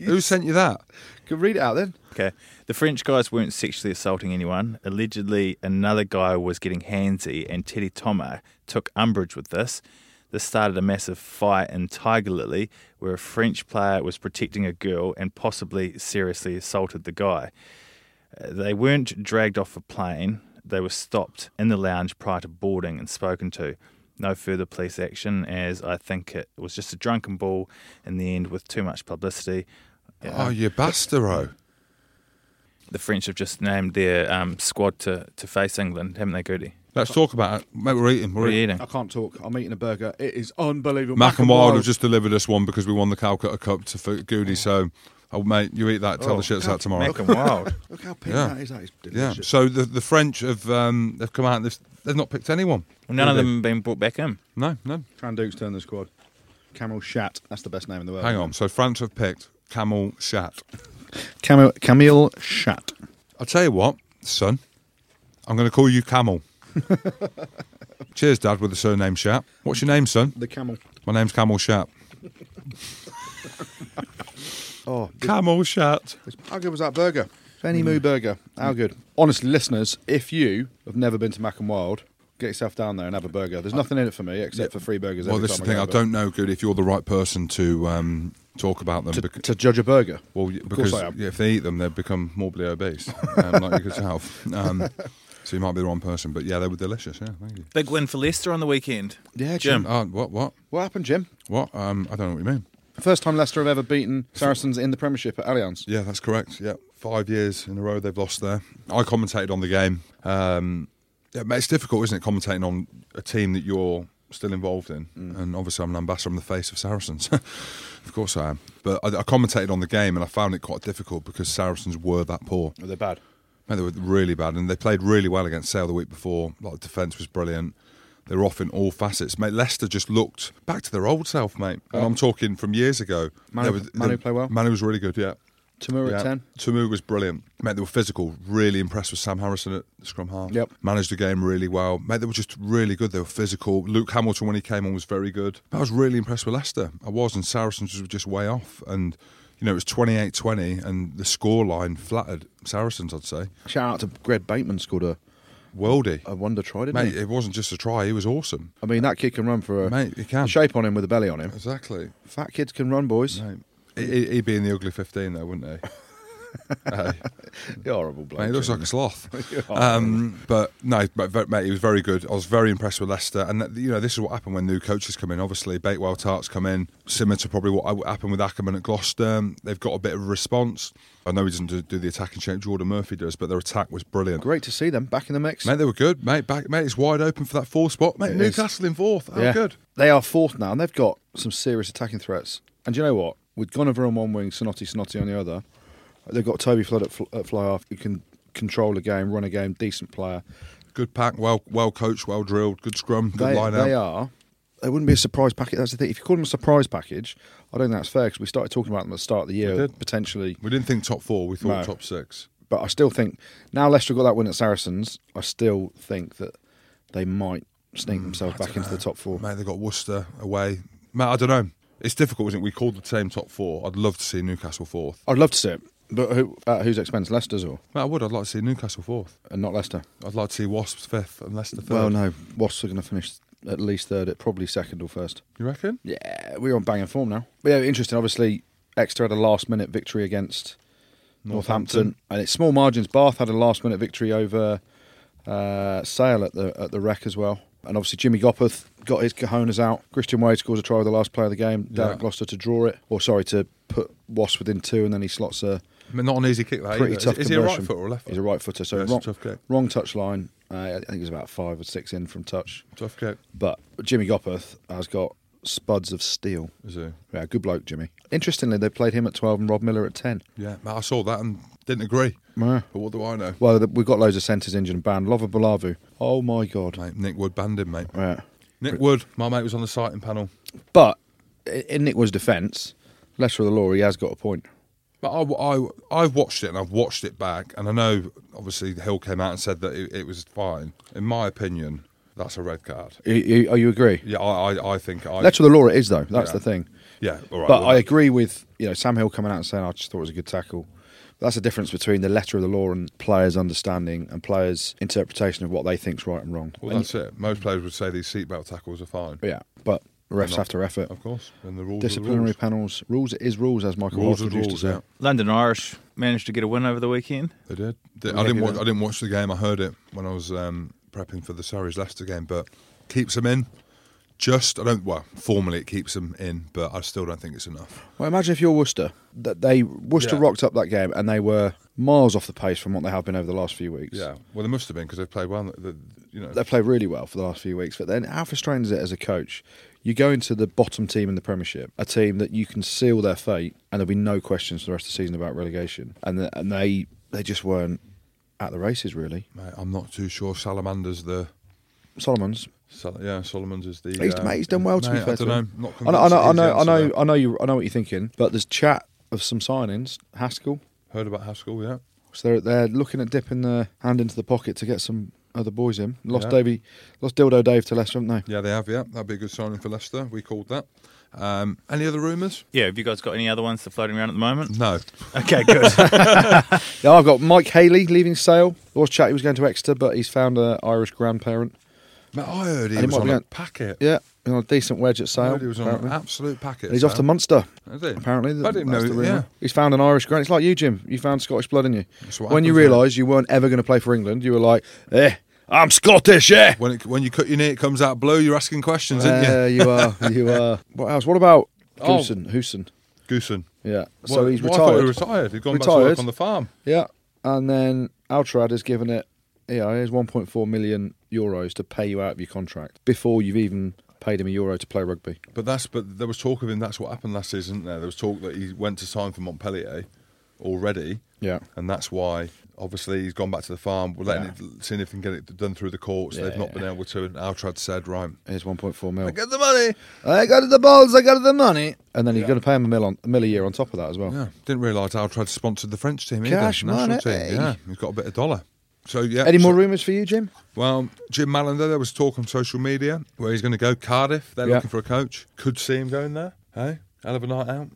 [SPEAKER 2] Who sent you that?
[SPEAKER 3] Can read it out then.
[SPEAKER 1] Okay, the French guys weren't sexually assaulting anyone. Allegedly, another guy was getting handsy, and Teddy Toma took umbrage with this. This started a massive fight in Tiger Lily, where a French player was protecting a girl and possibly seriously assaulted the guy. Uh, They weren't dragged off a plane. They were stopped in the lounge prior to boarding and spoken to. No further police action, as I think it was just a drunken ball in the end with too much publicity.
[SPEAKER 2] Oh, you bastero.
[SPEAKER 1] the French have just named their um, squad to, to face England, haven't they, Goody?
[SPEAKER 2] Let's talk about it. Mate, we're eating.
[SPEAKER 1] What
[SPEAKER 2] We're
[SPEAKER 1] are you
[SPEAKER 2] eating.
[SPEAKER 1] eating?
[SPEAKER 3] I can't talk. I'm eating a burger. It is unbelievable.
[SPEAKER 2] Mac and Wild
[SPEAKER 3] Wild
[SPEAKER 2] have just delivered us one because we won the Calcutta Cup to for Goody. So, oh, mate, you eat that. Tell the shits out tomorrow.
[SPEAKER 1] Mac and Wild.
[SPEAKER 3] Look how pink
[SPEAKER 2] Yeah.
[SPEAKER 3] that is. That is
[SPEAKER 2] Yeah.
[SPEAKER 3] delicious.
[SPEAKER 2] So the the French have um, they've come out. and They've, they've not picked anyone.
[SPEAKER 1] None of them have been brought back in.
[SPEAKER 2] No, none.
[SPEAKER 3] Tran Duke's turned the squad. Camel Shat. That's the best name in the world.
[SPEAKER 2] Hang on. So France have picked Camel Shat.
[SPEAKER 3] Camel Camille Shat.
[SPEAKER 2] I'll tell you what, son. I'm going to call you
[SPEAKER 3] (laughs)
[SPEAKER 2] Camel. Cheers, Dad, with the surname Shat. What's your name, son?
[SPEAKER 3] The camel.
[SPEAKER 2] My name's Camel Shat.
[SPEAKER 3] Oh,
[SPEAKER 2] Camel Shat.
[SPEAKER 3] How good was that burger? Fanny
[SPEAKER 2] Mm.
[SPEAKER 3] Moo burger. How good? Honestly, listeners, if you have never been to Mac and Wild, get yourself down there and have a burger. There's nothing in it for me except for free burgers.
[SPEAKER 2] Well,
[SPEAKER 3] every
[SPEAKER 2] this is the thing.
[SPEAKER 3] time go,
[SPEAKER 2] I
[SPEAKER 3] but-
[SPEAKER 2] don't know, Goody, if you're the right person to um, talk about them.
[SPEAKER 3] to,
[SPEAKER 2] bec-
[SPEAKER 3] to judge a burger.
[SPEAKER 2] Well, y- because
[SPEAKER 3] I am.
[SPEAKER 2] yeah, if they eat them, they become morbidly obese, um, like you could
[SPEAKER 3] (laughs)
[SPEAKER 2] tell. Um, so you might be the wrong person, but yeah, they were delicious. Yeah, thank you.
[SPEAKER 1] Big win for Leicester on the weekend.
[SPEAKER 3] Yeah,
[SPEAKER 1] Jim.
[SPEAKER 2] Oh, what, what,
[SPEAKER 3] What happened, Jim?
[SPEAKER 2] what? Um, I don't know what you mean.
[SPEAKER 3] First time Leicester have
[SPEAKER 2] (laughs)
[SPEAKER 3] ever beaten Saracens in the Premiership at Allianz.
[SPEAKER 2] Yeah, that's correct. Yeah, five years in a row they've lost there. I commentated on the game. Um, yeah, mate, it's difficult, isn't it, commentating on a team that you're still involved in?
[SPEAKER 3] Mm.
[SPEAKER 2] And obviously, I'm an ambassador. I'm the face of Saracens. (laughs) of course, I am. But I, I commentated on the game, and I found it quite difficult because Saracens were that poor.
[SPEAKER 3] Are they bad?
[SPEAKER 2] Mate, they were really bad, and they played really well against Sale the week before. Like the defence was brilliant. They were off in all facets. Mate, Leicester just looked back to their old self, mate. And I'm talking from years ago.
[SPEAKER 3] Oh. Manu-
[SPEAKER 2] They were-
[SPEAKER 3] Manu
[SPEAKER 2] they-
[SPEAKER 3] play well?
[SPEAKER 2] Manu was really good, yeah.
[SPEAKER 3] Tamura
[SPEAKER 2] yeah.
[SPEAKER 3] at 10.
[SPEAKER 2] Tamu was brilliant. Mate, they were physical. Really impressed with Sam Harrison at scrum half.
[SPEAKER 3] Yep.
[SPEAKER 2] Managed the game really well. Mate, they were just really good. They were physical. Luke Hamilton, when he came on, was very good. I was really impressed with Leicester. I was, and Saracens was just way off. And, you know, it was 28 20, and the scoreline flattered Saracens, I'd say.
[SPEAKER 3] Shout out to Greg Bateman, scored a,
[SPEAKER 2] Worldy.
[SPEAKER 3] a wonder try, Oh, didn't
[SPEAKER 2] Mate,
[SPEAKER 3] he?
[SPEAKER 2] it wasn't just a try, he was awesome.
[SPEAKER 3] I mean, that kid can run for a
[SPEAKER 2] Mate, he can.
[SPEAKER 3] the shape on him with a belly on him.
[SPEAKER 2] Exactly.
[SPEAKER 3] Fat kids can run, boys.
[SPEAKER 2] Mate. He- he- He'd be in the ugly 15, though, wouldn't he?
[SPEAKER 3] You're horrible bloke.
[SPEAKER 2] Mate, he looks
[SPEAKER 3] Jim.
[SPEAKER 2] like a
[SPEAKER 3] (laughs)
[SPEAKER 2] sloth. um, but no, but, but mate, he was very good. I was very impressed with Leicester, and that, you know this is what happened when new coaches come in. Obviously, Bakewell Tarts come in, similar to probably what I- happened with Ackerman at Gloucester. They've got a bit of a response. I know he doesn't do, do the attacking shape Jordan Murphy does, but their attack was brilliant.
[SPEAKER 3] Great to see them back in the mix.
[SPEAKER 2] Mate, they were good. Mate, back, mate, it's wide open for that fourth spot. Mate,
[SPEAKER 3] It is.
[SPEAKER 2] Newcastle in fourth. How
[SPEAKER 3] Yeah.
[SPEAKER 2] Oh, good.
[SPEAKER 3] They are fourth now, and they've got some serious attacking threats. And do you know what? With Gonover on one wing, Sonotti Sonotti on the other, they've got Toby Flood at, fl- at fly half. who can control a game, run a game, decent player.
[SPEAKER 2] Good pack, well well coached, well drilled, good scrum, good
[SPEAKER 3] they,
[SPEAKER 2] line
[SPEAKER 3] they
[SPEAKER 2] out.
[SPEAKER 3] are. They wouldn't be a surprise package. That's the thing. If you call them a surprise package, I don't think that's fair because we started talking about them at the start of the year
[SPEAKER 2] did.
[SPEAKER 3] potentially.
[SPEAKER 2] We didn't think top four, we thought
[SPEAKER 3] No.
[SPEAKER 2] top six.
[SPEAKER 3] But I still think now Leicester got that win at Saracens. I still think that they might sneak
[SPEAKER 2] Hmm,
[SPEAKER 3] themselves back into the top four.
[SPEAKER 2] Mate, they've got Worcester away. Mate, I don't know. It's difficult, isn't it? We called the team top four. I'd love to see Newcastle fourth.
[SPEAKER 3] I'd love to see it, but who, at whose expense? Leicester's or
[SPEAKER 2] Mate, I would. I'd like to see Newcastle fourth.
[SPEAKER 3] and not Leicester.
[SPEAKER 2] I'd like to see Wasps fifth and Leicester third.
[SPEAKER 3] Well, no, Wasps are going to finish at least third, at probably second or first.
[SPEAKER 2] You reckon?
[SPEAKER 3] Yeah, we're on banging form now. But yeah, interesting. Obviously, Exeter had a last minute victory against Northampton, and it's small margins. Bath had a last minute victory over uh, Sale at the at the wreck as well. And obviously, Jimmy Goppeth got his cojones out. Christian Wade scores a try with the last play of the game down
[SPEAKER 2] Yeah.
[SPEAKER 3] at Gloucester to draw it, or sorry, to put Wasps within two, and then he slots a
[SPEAKER 2] I mean, not an easy kick, that
[SPEAKER 3] Pretty
[SPEAKER 2] either.
[SPEAKER 3] tough
[SPEAKER 2] is, is he a
[SPEAKER 3] conversion.
[SPEAKER 2] right foot or a left foot?
[SPEAKER 3] He's a right footer, so
[SPEAKER 2] Yeah, it's a
[SPEAKER 3] wrong,
[SPEAKER 2] tough kick.
[SPEAKER 3] wrong touch line. Uh, I think he's about five or six in from touch.
[SPEAKER 2] Tough kick,
[SPEAKER 3] But Jimmy Gopperth has got spuds of steel.
[SPEAKER 2] is he?
[SPEAKER 3] Yeah, good bloke, Jimmy. Interestingly, they played him at 12 and Rob Miller at 10.
[SPEAKER 2] Yeah, mate, I saw that and didn't agree.
[SPEAKER 3] Meh.
[SPEAKER 2] But what do I know?
[SPEAKER 3] Well, th- we've got loads of centres injured and banned. Lova Balavu. Oh, my God.
[SPEAKER 2] Mate, Nick Wood banned him, mate.
[SPEAKER 3] Yeah.
[SPEAKER 2] Nick Wood, my mate was on the sighting panel.
[SPEAKER 3] But i- in Nick Wood's defence, letter of the law, he has got a point.
[SPEAKER 2] But I, I, have watched it and I've watched it back, and I know obviously Hill came out and said that it, it was fine. In my opinion, that's a red card.
[SPEAKER 3] You, you, oh, you agree?
[SPEAKER 2] Yeah, I, I, I think I.
[SPEAKER 3] Letter of the law, it is, though. That's
[SPEAKER 2] Yeah.
[SPEAKER 3] the thing.
[SPEAKER 2] yeah, all right.
[SPEAKER 3] But
[SPEAKER 2] well,
[SPEAKER 3] I agree with you know Sam Hill coming out and saying I just thought it was a good tackle. That's the difference between the letter of the law and players' understanding and players' interpretation of what they think's right and wrong.
[SPEAKER 2] well,
[SPEAKER 3] And-
[SPEAKER 2] that's it. Most players would say these seatbelt tackles are fine.
[SPEAKER 3] yeah, but refs have to ref it.
[SPEAKER 2] Of course, and the rules.
[SPEAKER 3] Disciplinary
[SPEAKER 2] are
[SPEAKER 3] panels, rules it is rules, as
[SPEAKER 2] the
[SPEAKER 3] Michael
[SPEAKER 2] rules. rules,
[SPEAKER 3] Hodgson
[SPEAKER 2] are the
[SPEAKER 3] used
[SPEAKER 2] rules.
[SPEAKER 3] to say.
[SPEAKER 2] Yeah,
[SPEAKER 1] London Irish managed to get a win over the weekend.
[SPEAKER 2] they did. They-
[SPEAKER 3] We
[SPEAKER 2] I
[SPEAKER 3] gave
[SPEAKER 2] didn't.
[SPEAKER 3] you
[SPEAKER 2] Watch,
[SPEAKER 3] that.
[SPEAKER 2] I didn't watch the game. I heard it when I was um, prepping for the Surrey's Leicester game, but keeps them in. Just I don't. Well, formally it keeps them in, but I still don't think it's enough.
[SPEAKER 3] Well, imagine if you're Worcester. That they Worcester
[SPEAKER 2] Yeah.
[SPEAKER 3] rocked up that game and they were miles off the pace from what they have been over the last few weeks.
[SPEAKER 2] Yeah. Well, they must have been because they played well. The, you know.
[SPEAKER 3] They've played really well for the last few weeks, but then how frustrating is it as a coach? You go into the bottom team in the Premiership, a team that you can seal their fate, and there'll be no questions for the rest of the season about relegation. And the, and they they just weren't at the races really.
[SPEAKER 2] Mate, I'm not too sure. Salamander's the
[SPEAKER 3] Solomon's,
[SPEAKER 2] Sol- yeah. Solomon's is the.
[SPEAKER 3] he's,
[SPEAKER 2] uh,
[SPEAKER 3] mate, he's done well to be
[SPEAKER 2] mate,
[SPEAKER 3] fair.
[SPEAKER 2] I
[SPEAKER 3] to
[SPEAKER 2] don't know.
[SPEAKER 3] him.
[SPEAKER 2] Not
[SPEAKER 3] I know, I know, I
[SPEAKER 2] convinced that
[SPEAKER 3] know, I
[SPEAKER 2] he's the
[SPEAKER 3] know,
[SPEAKER 2] answer
[SPEAKER 3] I know, you, I know what you're thinking. But there's chat of some signings. Haskell,
[SPEAKER 2] there. Heard about Haskell? Yeah.
[SPEAKER 3] so they're they're looking at dipping their hand into the pocket to get some other boys in. Lost
[SPEAKER 2] Yeah.
[SPEAKER 3] Davey, lost Dildo Dave to Leicester, haven't they?
[SPEAKER 2] Yeah, they have. Yeah, that'd be a good signing for Leicester. We called that. Um, any other rumours?
[SPEAKER 1] Yeah, have you guys got any other ones that are floating around at the moment?
[SPEAKER 2] No.
[SPEAKER 1] (laughs) Okay, good.
[SPEAKER 3] Now I've got Mike Haley leaving Sale. There was chat he was going to Exeter, but he's found an Irish grandparent.
[SPEAKER 2] Mate, I heard he
[SPEAKER 3] And he
[SPEAKER 2] was
[SPEAKER 3] might
[SPEAKER 2] on
[SPEAKER 3] be
[SPEAKER 2] a
[SPEAKER 3] going-
[SPEAKER 2] packet.
[SPEAKER 3] Yeah, you know, a decent wedge at
[SPEAKER 2] I
[SPEAKER 3] Sale.
[SPEAKER 2] heard he was on
[SPEAKER 3] apparently.
[SPEAKER 2] an absolute packet.
[SPEAKER 3] And he's
[SPEAKER 2] so-
[SPEAKER 3] off to Munster.
[SPEAKER 2] Is he?
[SPEAKER 3] Apparently,
[SPEAKER 2] I didn't
[SPEAKER 3] that's
[SPEAKER 2] know.
[SPEAKER 3] the
[SPEAKER 2] it, yeah.
[SPEAKER 3] rumour. he's found an Irish grant. It's like you, Jim. You found Scottish blood in you.
[SPEAKER 2] That's what
[SPEAKER 3] When you
[SPEAKER 2] happens, yeah.
[SPEAKER 3] realised you weren't ever going to play for England, you were like, "Eh, I'm Scottish, eh."
[SPEAKER 2] When it, when you cut your knee, it comes out blue. You're asking questions, aren't you?
[SPEAKER 3] There you are.
[SPEAKER 2] (laughs)
[SPEAKER 3] You are. What else? What about
[SPEAKER 2] Oh.
[SPEAKER 3] Goosen? Goosen.
[SPEAKER 2] Goosen.
[SPEAKER 3] Yeah.
[SPEAKER 2] Well,
[SPEAKER 3] so he's
[SPEAKER 2] well, I thought
[SPEAKER 3] retired.
[SPEAKER 2] he retired. He'd gone back to
[SPEAKER 3] Retired.
[SPEAKER 2] work on the farm.
[SPEAKER 3] Yeah, and then Altrad has given it. Yeah, here's 1.4 million euros to pay you out of your contract before you've even paid him a euro to play rugby.
[SPEAKER 2] But that's but there was talk of him. That's what happened last season, isn't there? There was talk that he went to sign for Montpellier already.
[SPEAKER 3] Yeah.
[SPEAKER 2] and that's why obviously he's gone back to the farm. We're letting
[SPEAKER 3] Yeah.
[SPEAKER 2] it, seeing if he can get it done through the courts. They've not been able to. And Altrad said, right,
[SPEAKER 3] Here's 1.4 mil.
[SPEAKER 2] get the money.
[SPEAKER 3] I got the balls. I got the money. And then you're going to pay him a mil on a mil a year on top of that as well.
[SPEAKER 2] Yeah, didn't realise Altrad sponsored the French team
[SPEAKER 3] Cash
[SPEAKER 2] either. National
[SPEAKER 3] money.
[SPEAKER 2] team. Yeah, he's got a bit of dollar. So yeah.
[SPEAKER 3] Any
[SPEAKER 2] so-
[SPEAKER 3] more rumours for you, Jim?
[SPEAKER 2] Well, Jim Malander, there was talk on social media where he's going to go. Cardiff, they're
[SPEAKER 3] Yeah.
[SPEAKER 2] looking for a coach. Could see him going there. Hey, hell of a night out.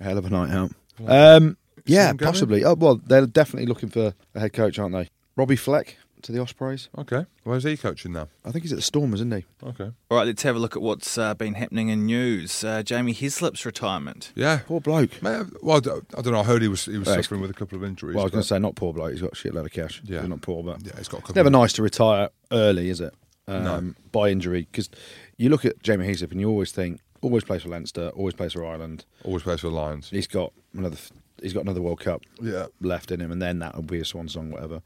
[SPEAKER 3] Hell of a night out. Um, yeah,
[SPEAKER 2] him going?
[SPEAKER 3] possibly. Oh, well, they're definitely looking for a head coach, aren't they? Robbie Fleck to the Ospreys.
[SPEAKER 2] Okay, where's he coaching now?
[SPEAKER 3] I think he's at the Stormers, isn't he?
[SPEAKER 2] Okay.
[SPEAKER 1] (laughs) All right, let's have a look at what's uh, been happening in news. Uh, Jamie Heslip's retirement.
[SPEAKER 2] Yeah.
[SPEAKER 3] Poor bloke.
[SPEAKER 2] Mate, well, I don't I don't know. I heard he was he was
[SPEAKER 3] Yeah, he's-
[SPEAKER 2] suffering with a couple of injuries.
[SPEAKER 3] Well, I was
[SPEAKER 2] but-
[SPEAKER 3] going to say not poor bloke. He's got a shitload of cash.
[SPEAKER 2] Yeah.
[SPEAKER 3] He's not poor, but
[SPEAKER 2] yeah, he's got a
[SPEAKER 3] It's
[SPEAKER 2] couple.
[SPEAKER 3] never
[SPEAKER 2] of,
[SPEAKER 3] nice to retire early, is it? Um, By injury, because you look at Jamie Heaslip and you always think, always plays for Leinster, always plays for Ireland.
[SPEAKER 2] Always plays for the Lions.
[SPEAKER 3] He's got another, he's got another World Cup
[SPEAKER 2] Yeah.
[SPEAKER 3] left in him, and then that will be a swan song, whatever.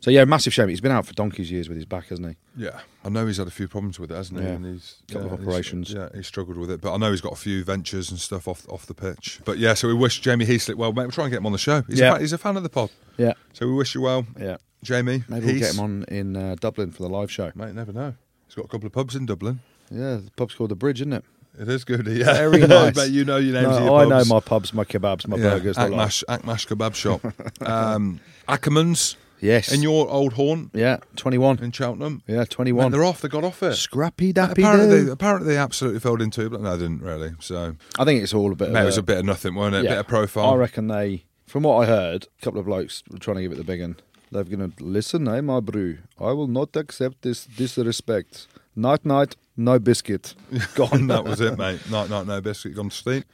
[SPEAKER 3] So yeah, massive shame. He's been out for donkey's years with his back, hasn't he?
[SPEAKER 2] Yeah, I know he's had a few problems with it, hasn't he?
[SPEAKER 3] Yeah.
[SPEAKER 2] And he's
[SPEAKER 3] Couple
[SPEAKER 2] yeah,
[SPEAKER 3] of
[SPEAKER 2] he's-
[SPEAKER 3] operations.
[SPEAKER 2] yeah, he struggled with it, but I know he's got a few ventures and stuff off off the pitch. But yeah, so we wish Jamie Heaslip well, mate. We'll try and get him on the show. He's,
[SPEAKER 3] Yeah.
[SPEAKER 2] a, fan, he's a fan of the pod,
[SPEAKER 3] Yeah,
[SPEAKER 2] so we wish you well,
[SPEAKER 3] yeah.
[SPEAKER 2] Jamie.
[SPEAKER 3] Maybe
[SPEAKER 2] Heath.
[SPEAKER 3] we'll get him on in uh, Dublin for the live show.
[SPEAKER 2] Mate, never know. He's got a couple of pubs in Dublin.
[SPEAKER 3] Yeah, the pub's called the Bridge, isn't it?
[SPEAKER 2] It is good. Yeah,
[SPEAKER 3] Very
[SPEAKER 2] (laughs)
[SPEAKER 3] nice.
[SPEAKER 2] I bet you know your names. of
[SPEAKER 3] No,
[SPEAKER 2] your
[SPEAKER 3] I know
[SPEAKER 2] pubs.
[SPEAKER 3] my pubs, my kebabs, my
[SPEAKER 2] yeah,
[SPEAKER 3] burgers. the lot.
[SPEAKER 2] Akmash, Akmash Kebab
[SPEAKER 3] (laughs)
[SPEAKER 2] Shop, um, Ackermans
[SPEAKER 3] Yes.
[SPEAKER 2] in your old horn
[SPEAKER 3] yeah, twenty-one.
[SPEAKER 2] in Cheltenham.
[SPEAKER 3] Yeah,
[SPEAKER 2] Mate,
[SPEAKER 3] twenty-one.
[SPEAKER 2] they're off. They got off it.
[SPEAKER 3] Scrappy dappy
[SPEAKER 2] Apparently,
[SPEAKER 3] doo.
[SPEAKER 2] apparently, they absolutely fell into, but no, they didn't really. So
[SPEAKER 3] I think it's all a bit.
[SPEAKER 2] Mate,
[SPEAKER 3] of
[SPEAKER 2] it was a bit of nothing, weren't it? A bit of profile.
[SPEAKER 3] I reckon they, from what I heard, a couple of blokes were trying to give it the big one. They're going to listen, eh, my brew. I will not accept this disrespect. Night, night,
[SPEAKER 2] (laughs)
[SPEAKER 3] no biscuit.
[SPEAKER 2] gone. that was it, mate. Night, night, no biscuit gone to sleep.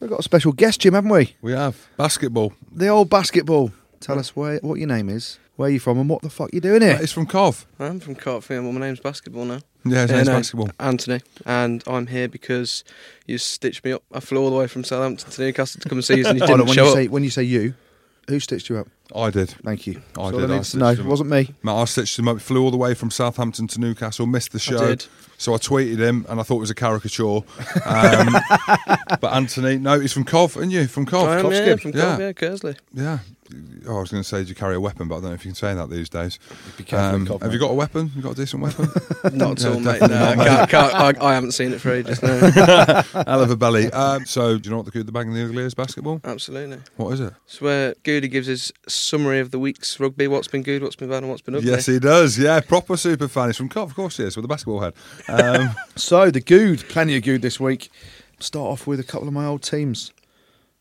[SPEAKER 3] We've got a special guest, Jim, haven't we?
[SPEAKER 2] We have
[SPEAKER 5] (laughs)
[SPEAKER 2] basketball.
[SPEAKER 3] The old basketball. Tell us where, what your name is, where you from, and what the fuck you doing here.
[SPEAKER 2] It's from Cov.
[SPEAKER 5] I'm from Cartfield. Well, my name's basketball now.
[SPEAKER 2] Yeah, it's
[SPEAKER 5] Yeah,
[SPEAKER 2] nice
[SPEAKER 5] no,
[SPEAKER 2] basketball.
[SPEAKER 5] Anthony, and I'm here because you stitched me up. I flew all the way from Southampton to Newcastle to come and see you, and
[SPEAKER 2] (laughs)
[SPEAKER 5] you
[SPEAKER 3] Hold on,
[SPEAKER 2] Oh,
[SPEAKER 5] didn't
[SPEAKER 3] when
[SPEAKER 5] show
[SPEAKER 3] you
[SPEAKER 5] up.
[SPEAKER 3] say when you say you, Who stitched you up?
[SPEAKER 2] I did.
[SPEAKER 3] Thank you.
[SPEAKER 2] I
[SPEAKER 3] So
[SPEAKER 2] did,
[SPEAKER 3] I
[SPEAKER 2] I
[SPEAKER 3] need to know.
[SPEAKER 2] stitched
[SPEAKER 3] It
[SPEAKER 2] him.
[SPEAKER 3] wasn't me.
[SPEAKER 2] Matt, I stitched him up. Flew all the way from Southampton to Newcastle. Missed the show,
[SPEAKER 5] did.
[SPEAKER 2] so I tweeted him, and I thought it was a caricature.
[SPEAKER 5] (laughs)
[SPEAKER 2] Um, but Anthony, no, he's from Cov, aren't you? From Cov,
[SPEAKER 5] I am,
[SPEAKER 2] Cov's
[SPEAKER 5] Oh, yeah,
[SPEAKER 2] good.
[SPEAKER 5] from
[SPEAKER 2] yeah,
[SPEAKER 5] Cov,
[SPEAKER 2] (laughs)
[SPEAKER 5] yeah, Kersley.
[SPEAKER 2] yeah. Oh, I was going to say, do you carry a weapon? But I don't know if you can say that these days. Um,
[SPEAKER 3] Be careful in Cov,
[SPEAKER 2] have you
[SPEAKER 3] mate.
[SPEAKER 2] got a weapon? You got a decent
[SPEAKER 5] (laughs)
[SPEAKER 2] weapon?
[SPEAKER 5] Not at
[SPEAKER 2] No,
[SPEAKER 5] all, mate.
[SPEAKER 2] definitely
[SPEAKER 5] No, I,
[SPEAKER 2] not,
[SPEAKER 5] can't, can't, I, I haven't seen it for
[SPEAKER 2] (laughs)
[SPEAKER 5] ages now.
[SPEAKER 2] Hell of a belly. Um, so, do you know what the good, the bag, and the ugly is? Basketball.
[SPEAKER 5] Absolutely.
[SPEAKER 2] What is it?
[SPEAKER 5] It's where Goody gives his summary of the week's rugby, what's been good, what's been bad, and what's been ugly.
[SPEAKER 2] Yes, he does. Yeah, proper super fan. He's from Cov, of course he is, with a basketball head. Um,
[SPEAKER 3] So the good, plenty of good this week. Start off with a couple of my old teams.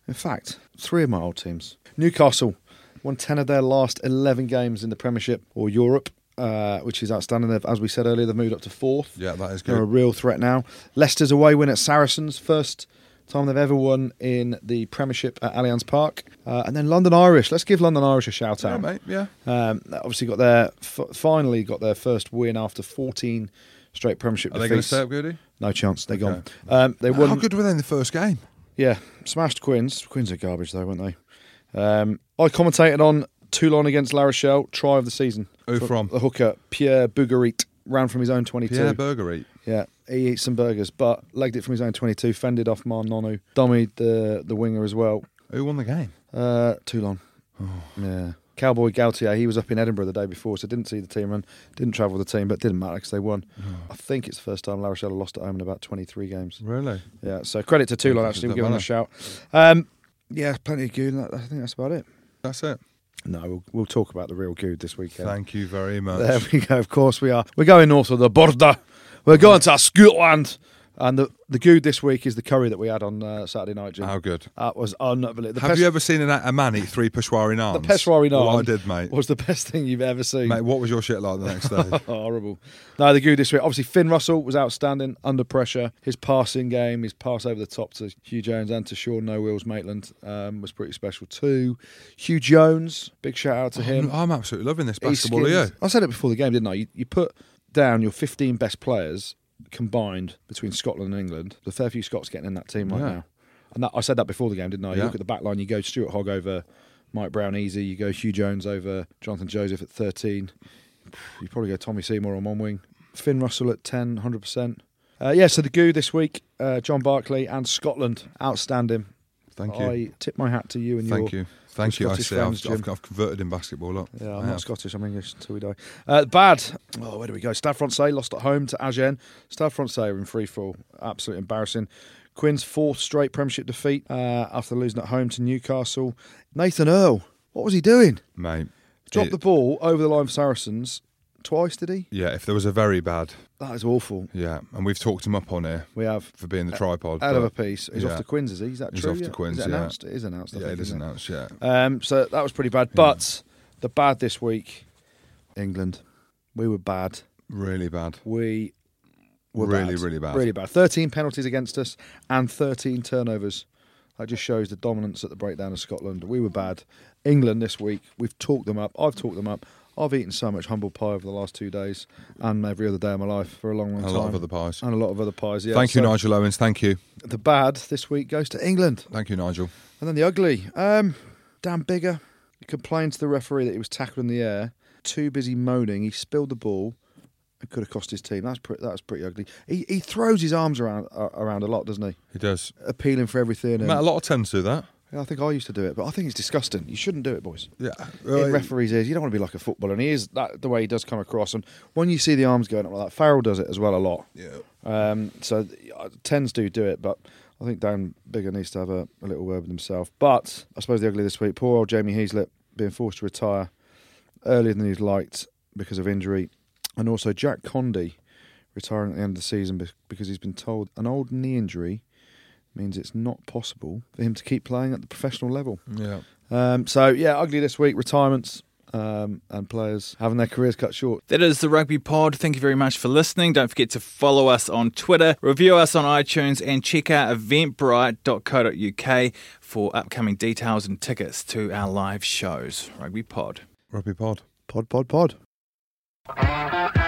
[SPEAKER 3] In fact, three of my old teams. Newcastle won ten of their last eleven games in the Premiership or Europe, uh, which is outstanding. They've, as we said earlier, they've moved up to fourth.
[SPEAKER 2] yeah, that is
[SPEAKER 3] They're a
[SPEAKER 2] good.
[SPEAKER 3] real threat now. Leicester's away win at Saracens, first time they've ever won in the Premiership at Allianz Park. Uh, and then London Irish. Let's give London Irish a shout
[SPEAKER 2] Yeah,
[SPEAKER 3] out.
[SPEAKER 2] mate. Yeah.
[SPEAKER 3] Um, they obviously got their f- finally got their first win after 14 straight Premiership
[SPEAKER 2] Are they going to
[SPEAKER 3] defeats.
[SPEAKER 2] stay up, Goody?
[SPEAKER 3] no chance, they're
[SPEAKER 2] Okay.
[SPEAKER 3] gone. Um, they
[SPEAKER 2] How
[SPEAKER 3] won.
[SPEAKER 2] good were they in the first game?
[SPEAKER 3] Yeah, smashed Quins. Quins are garbage though, weren't they? Um, I commentated on Toulon against La Rochelle, try of the season.
[SPEAKER 2] Who
[SPEAKER 3] For-
[SPEAKER 2] from?
[SPEAKER 3] The hooker Pierre Bougarit ran from his own 22.
[SPEAKER 2] Pierre Burgery.
[SPEAKER 3] Yeah, he eats some burgers, but legged it from his own 22, fended off Mar Nonu, dummied the, the winger as well.
[SPEAKER 2] Who won the game?
[SPEAKER 3] Uh, Toulon.
[SPEAKER 2] Oh.
[SPEAKER 3] Yeah. Cowboy Gautier, he was up in Edinburgh the day before, so didn't see the team run, didn't travel with the team, but didn't matter because they won.
[SPEAKER 2] Oh.
[SPEAKER 3] I think it's the first time La Rochelle have lost at home in about 23 games.
[SPEAKER 2] Really?
[SPEAKER 3] Yeah, so credit to Toulon,
[SPEAKER 2] Yeah,
[SPEAKER 3] actually.
[SPEAKER 2] that
[SPEAKER 3] We'll give them a
[SPEAKER 2] matter.
[SPEAKER 3] shout. Um, yeah, plenty of good. and that- I think that's about it.
[SPEAKER 2] That's it.
[SPEAKER 3] No, we'll, we'll talk about the real good this weekend.
[SPEAKER 2] Thank you very much.
[SPEAKER 3] There we go. Of course we are. We're going north of the border. We're going to Scotland. And the the good this week is the curry that we had on uh, Saturday night, Jim.
[SPEAKER 2] How good.
[SPEAKER 3] That was unbelievable. The
[SPEAKER 2] Have
[SPEAKER 3] pes-
[SPEAKER 2] you ever seen an, a man eat three Peshwari naans?
[SPEAKER 3] the Peshwari naan
[SPEAKER 2] Well, I did, mate.
[SPEAKER 3] was the best thing you've ever seen.
[SPEAKER 2] Mate, what was your shit like the next day?
[SPEAKER 3] Oh, horrible. No, the good this week. Obviously, Finn Russell was outstanding under pressure. His passing game, his pass over the top to Hugh Jones and to Sean No Wheels Maitland um, was pretty special too. Hugh Jones, big shout out to (laughs) him.
[SPEAKER 2] I'm absolutely loving this
[SPEAKER 3] He
[SPEAKER 2] basketball, are you?
[SPEAKER 3] skins- I said it before the game, didn't I? You, you put down your 15 best players combined between Scotland and England. There's a fair few Scots getting in that team right
[SPEAKER 2] Yeah.
[SPEAKER 3] now. And that, I said that before the game, didn't I? You
[SPEAKER 2] Yeah.
[SPEAKER 3] look at the back line, you go Stuart Hogg over Mike Brown easy, you go Hugh Jones over Jonathan Joseph at 13. You probably go Tommy Seymour on one wing, Finn Russell at 10, 100%. Uh, yeah, so the goo this week, uh, John Barkley and Scotland, outstanding.
[SPEAKER 2] Thank you.
[SPEAKER 3] I tip my hat to you and
[SPEAKER 2] Thank
[SPEAKER 3] your
[SPEAKER 2] you. Thank you. I
[SPEAKER 3] Scottish
[SPEAKER 2] see. I've,
[SPEAKER 3] friends, Jim.
[SPEAKER 2] I've, I've converted in basketball, look.
[SPEAKER 3] yeah,
[SPEAKER 2] I
[SPEAKER 3] I'm
[SPEAKER 2] have.
[SPEAKER 3] not Scottish. I'm English until we die. Uh, bad. Oh, where do we go? Stade Francais lost at home to Agen. Stade Francais are in free fall. Absolutely embarrassing. Quinn's fourth straight Premiership defeat uh, after losing at home to Newcastle. Nathan Earl, what was he doing?
[SPEAKER 2] Mate.
[SPEAKER 3] Dropped
[SPEAKER 2] it-
[SPEAKER 3] the ball over the line for Saracens twice, did he?
[SPEAKER 2] Yeah, if there was a very bad,
[SPEAKER 3] That is awful.
[SPEAKER 2] yeah, and we've talked him up on here
[SPEAKER 3] We have
[SPEAKER 2] for being the tripod.
[SPEAKER 3] out of a
[SPEAKER 2] but-
[SPEAKER 3] piece. He's
[SPEAKER 2] yeah.
[SPEAKER 3] off to Quinn's, is he? Is that
[SPEAKER 2] He's
[SPEAKER 3] true?
[SPEAKER 2] off to
[SPEAKER 3] yet?
[SPEAKER 2] Quinns,
[SPEAKER 3] Is it
[SPEAKER 2] yeah.
[SPEAKER 3] announced? It is announced. I
[SPEAKER 2] Yeah,
[SPEAKER 3] think,
[SPEAKER 2] it is
[SPEAKER 3] isn't it?
[SPEAKER 2] announced, yeah.
[SPEAKER 3] Um, so that was pretty bad. But the bad this week, England. We were bad.
[SPEAKER 2] Really bad.
[SPEAKER 3] we were
[SPEAKER 2] Really,
[SPEAKER 3] bad.
[SPEAKER 2] really bad.
[SPEAKER 3] Really bad. 13 penalties against us and 13 turnovers. That just shows the dominance at the breakdown of Scotland. We were bad. England this week, we've talked them up. I've talked them up. I've eaten so much humble pie over the last two days and every other day of my life for a long, long
[SPEAKER 2] A
[SPEAKER 3] time.
[SPEAKER 2] lot of other pies.
[SPEAKER 3] And a lot of other pies, yeah.
[SPEAKER 2] Thank you,
[SPEAKER 3] So
[SPEAKER 2] Nigel Owens. Thank you.
[SPEAKER 3] The bad this week goes to England.
[SPEAKER 2] Thank you, Nigel.
[SPEAKER 3] And then the ugly. Um, Dan Bigger complained to the referee that he was tackled in the air, too busy moaning. He spilled the ball. It could have cost his team. That's pretty. That's pretty ugly. He he throws his arms around uh, around a lot, doesn't he?
[SPEAKER 2] He does.
[SPEAKER 3] Appealing for everything. and-
[SPEAKER 2] Mate, a lot of tends to do that.
[SPEAKER 3] Yeah, I think I used to do it, but I think it's disgusting. You shouldn't do it, boys.
[SPEAKER 2] Yeah. Uh,
[SPEAKER 3] In referees' ears, you don't want to be like a footballer, and he is that the way he does come across. And when you see the arms going up like that, Farrell does it as well a lot.
[SPEAKER 2] yeah.
[SPEAKER 3] Um, so th- uh, tens do do it, but I think Dan Bigger needs to have a, a little word with himself. But I suppose the ugly this week, poor old Jamie Heaslip being forced to retire earlier than he'd liked because of injury, and also Jack Condy retiring at the end of the season be- because he's been told an old knee injury means it's not possible for him to keep playing at the professional level.
[SPEAKER 2] Yeah.
[SPEAKER 3] Um, so yeah, ugly this week, retirements um, and players having their careers cut short.
[SPEAKER 1] That is the Rugby Pod. Thank you very much for listening. Don't forget to follow us on Twitter, review us on iTunes, and check out eventbrite.co.uk for upcoming details and tickets to our live shows. Rugby Pod.
[SPEAKER 2] Rugby pod.
[SPEAKER 3] Pod, pod, pod.
[SPEAKER 6] Thank you.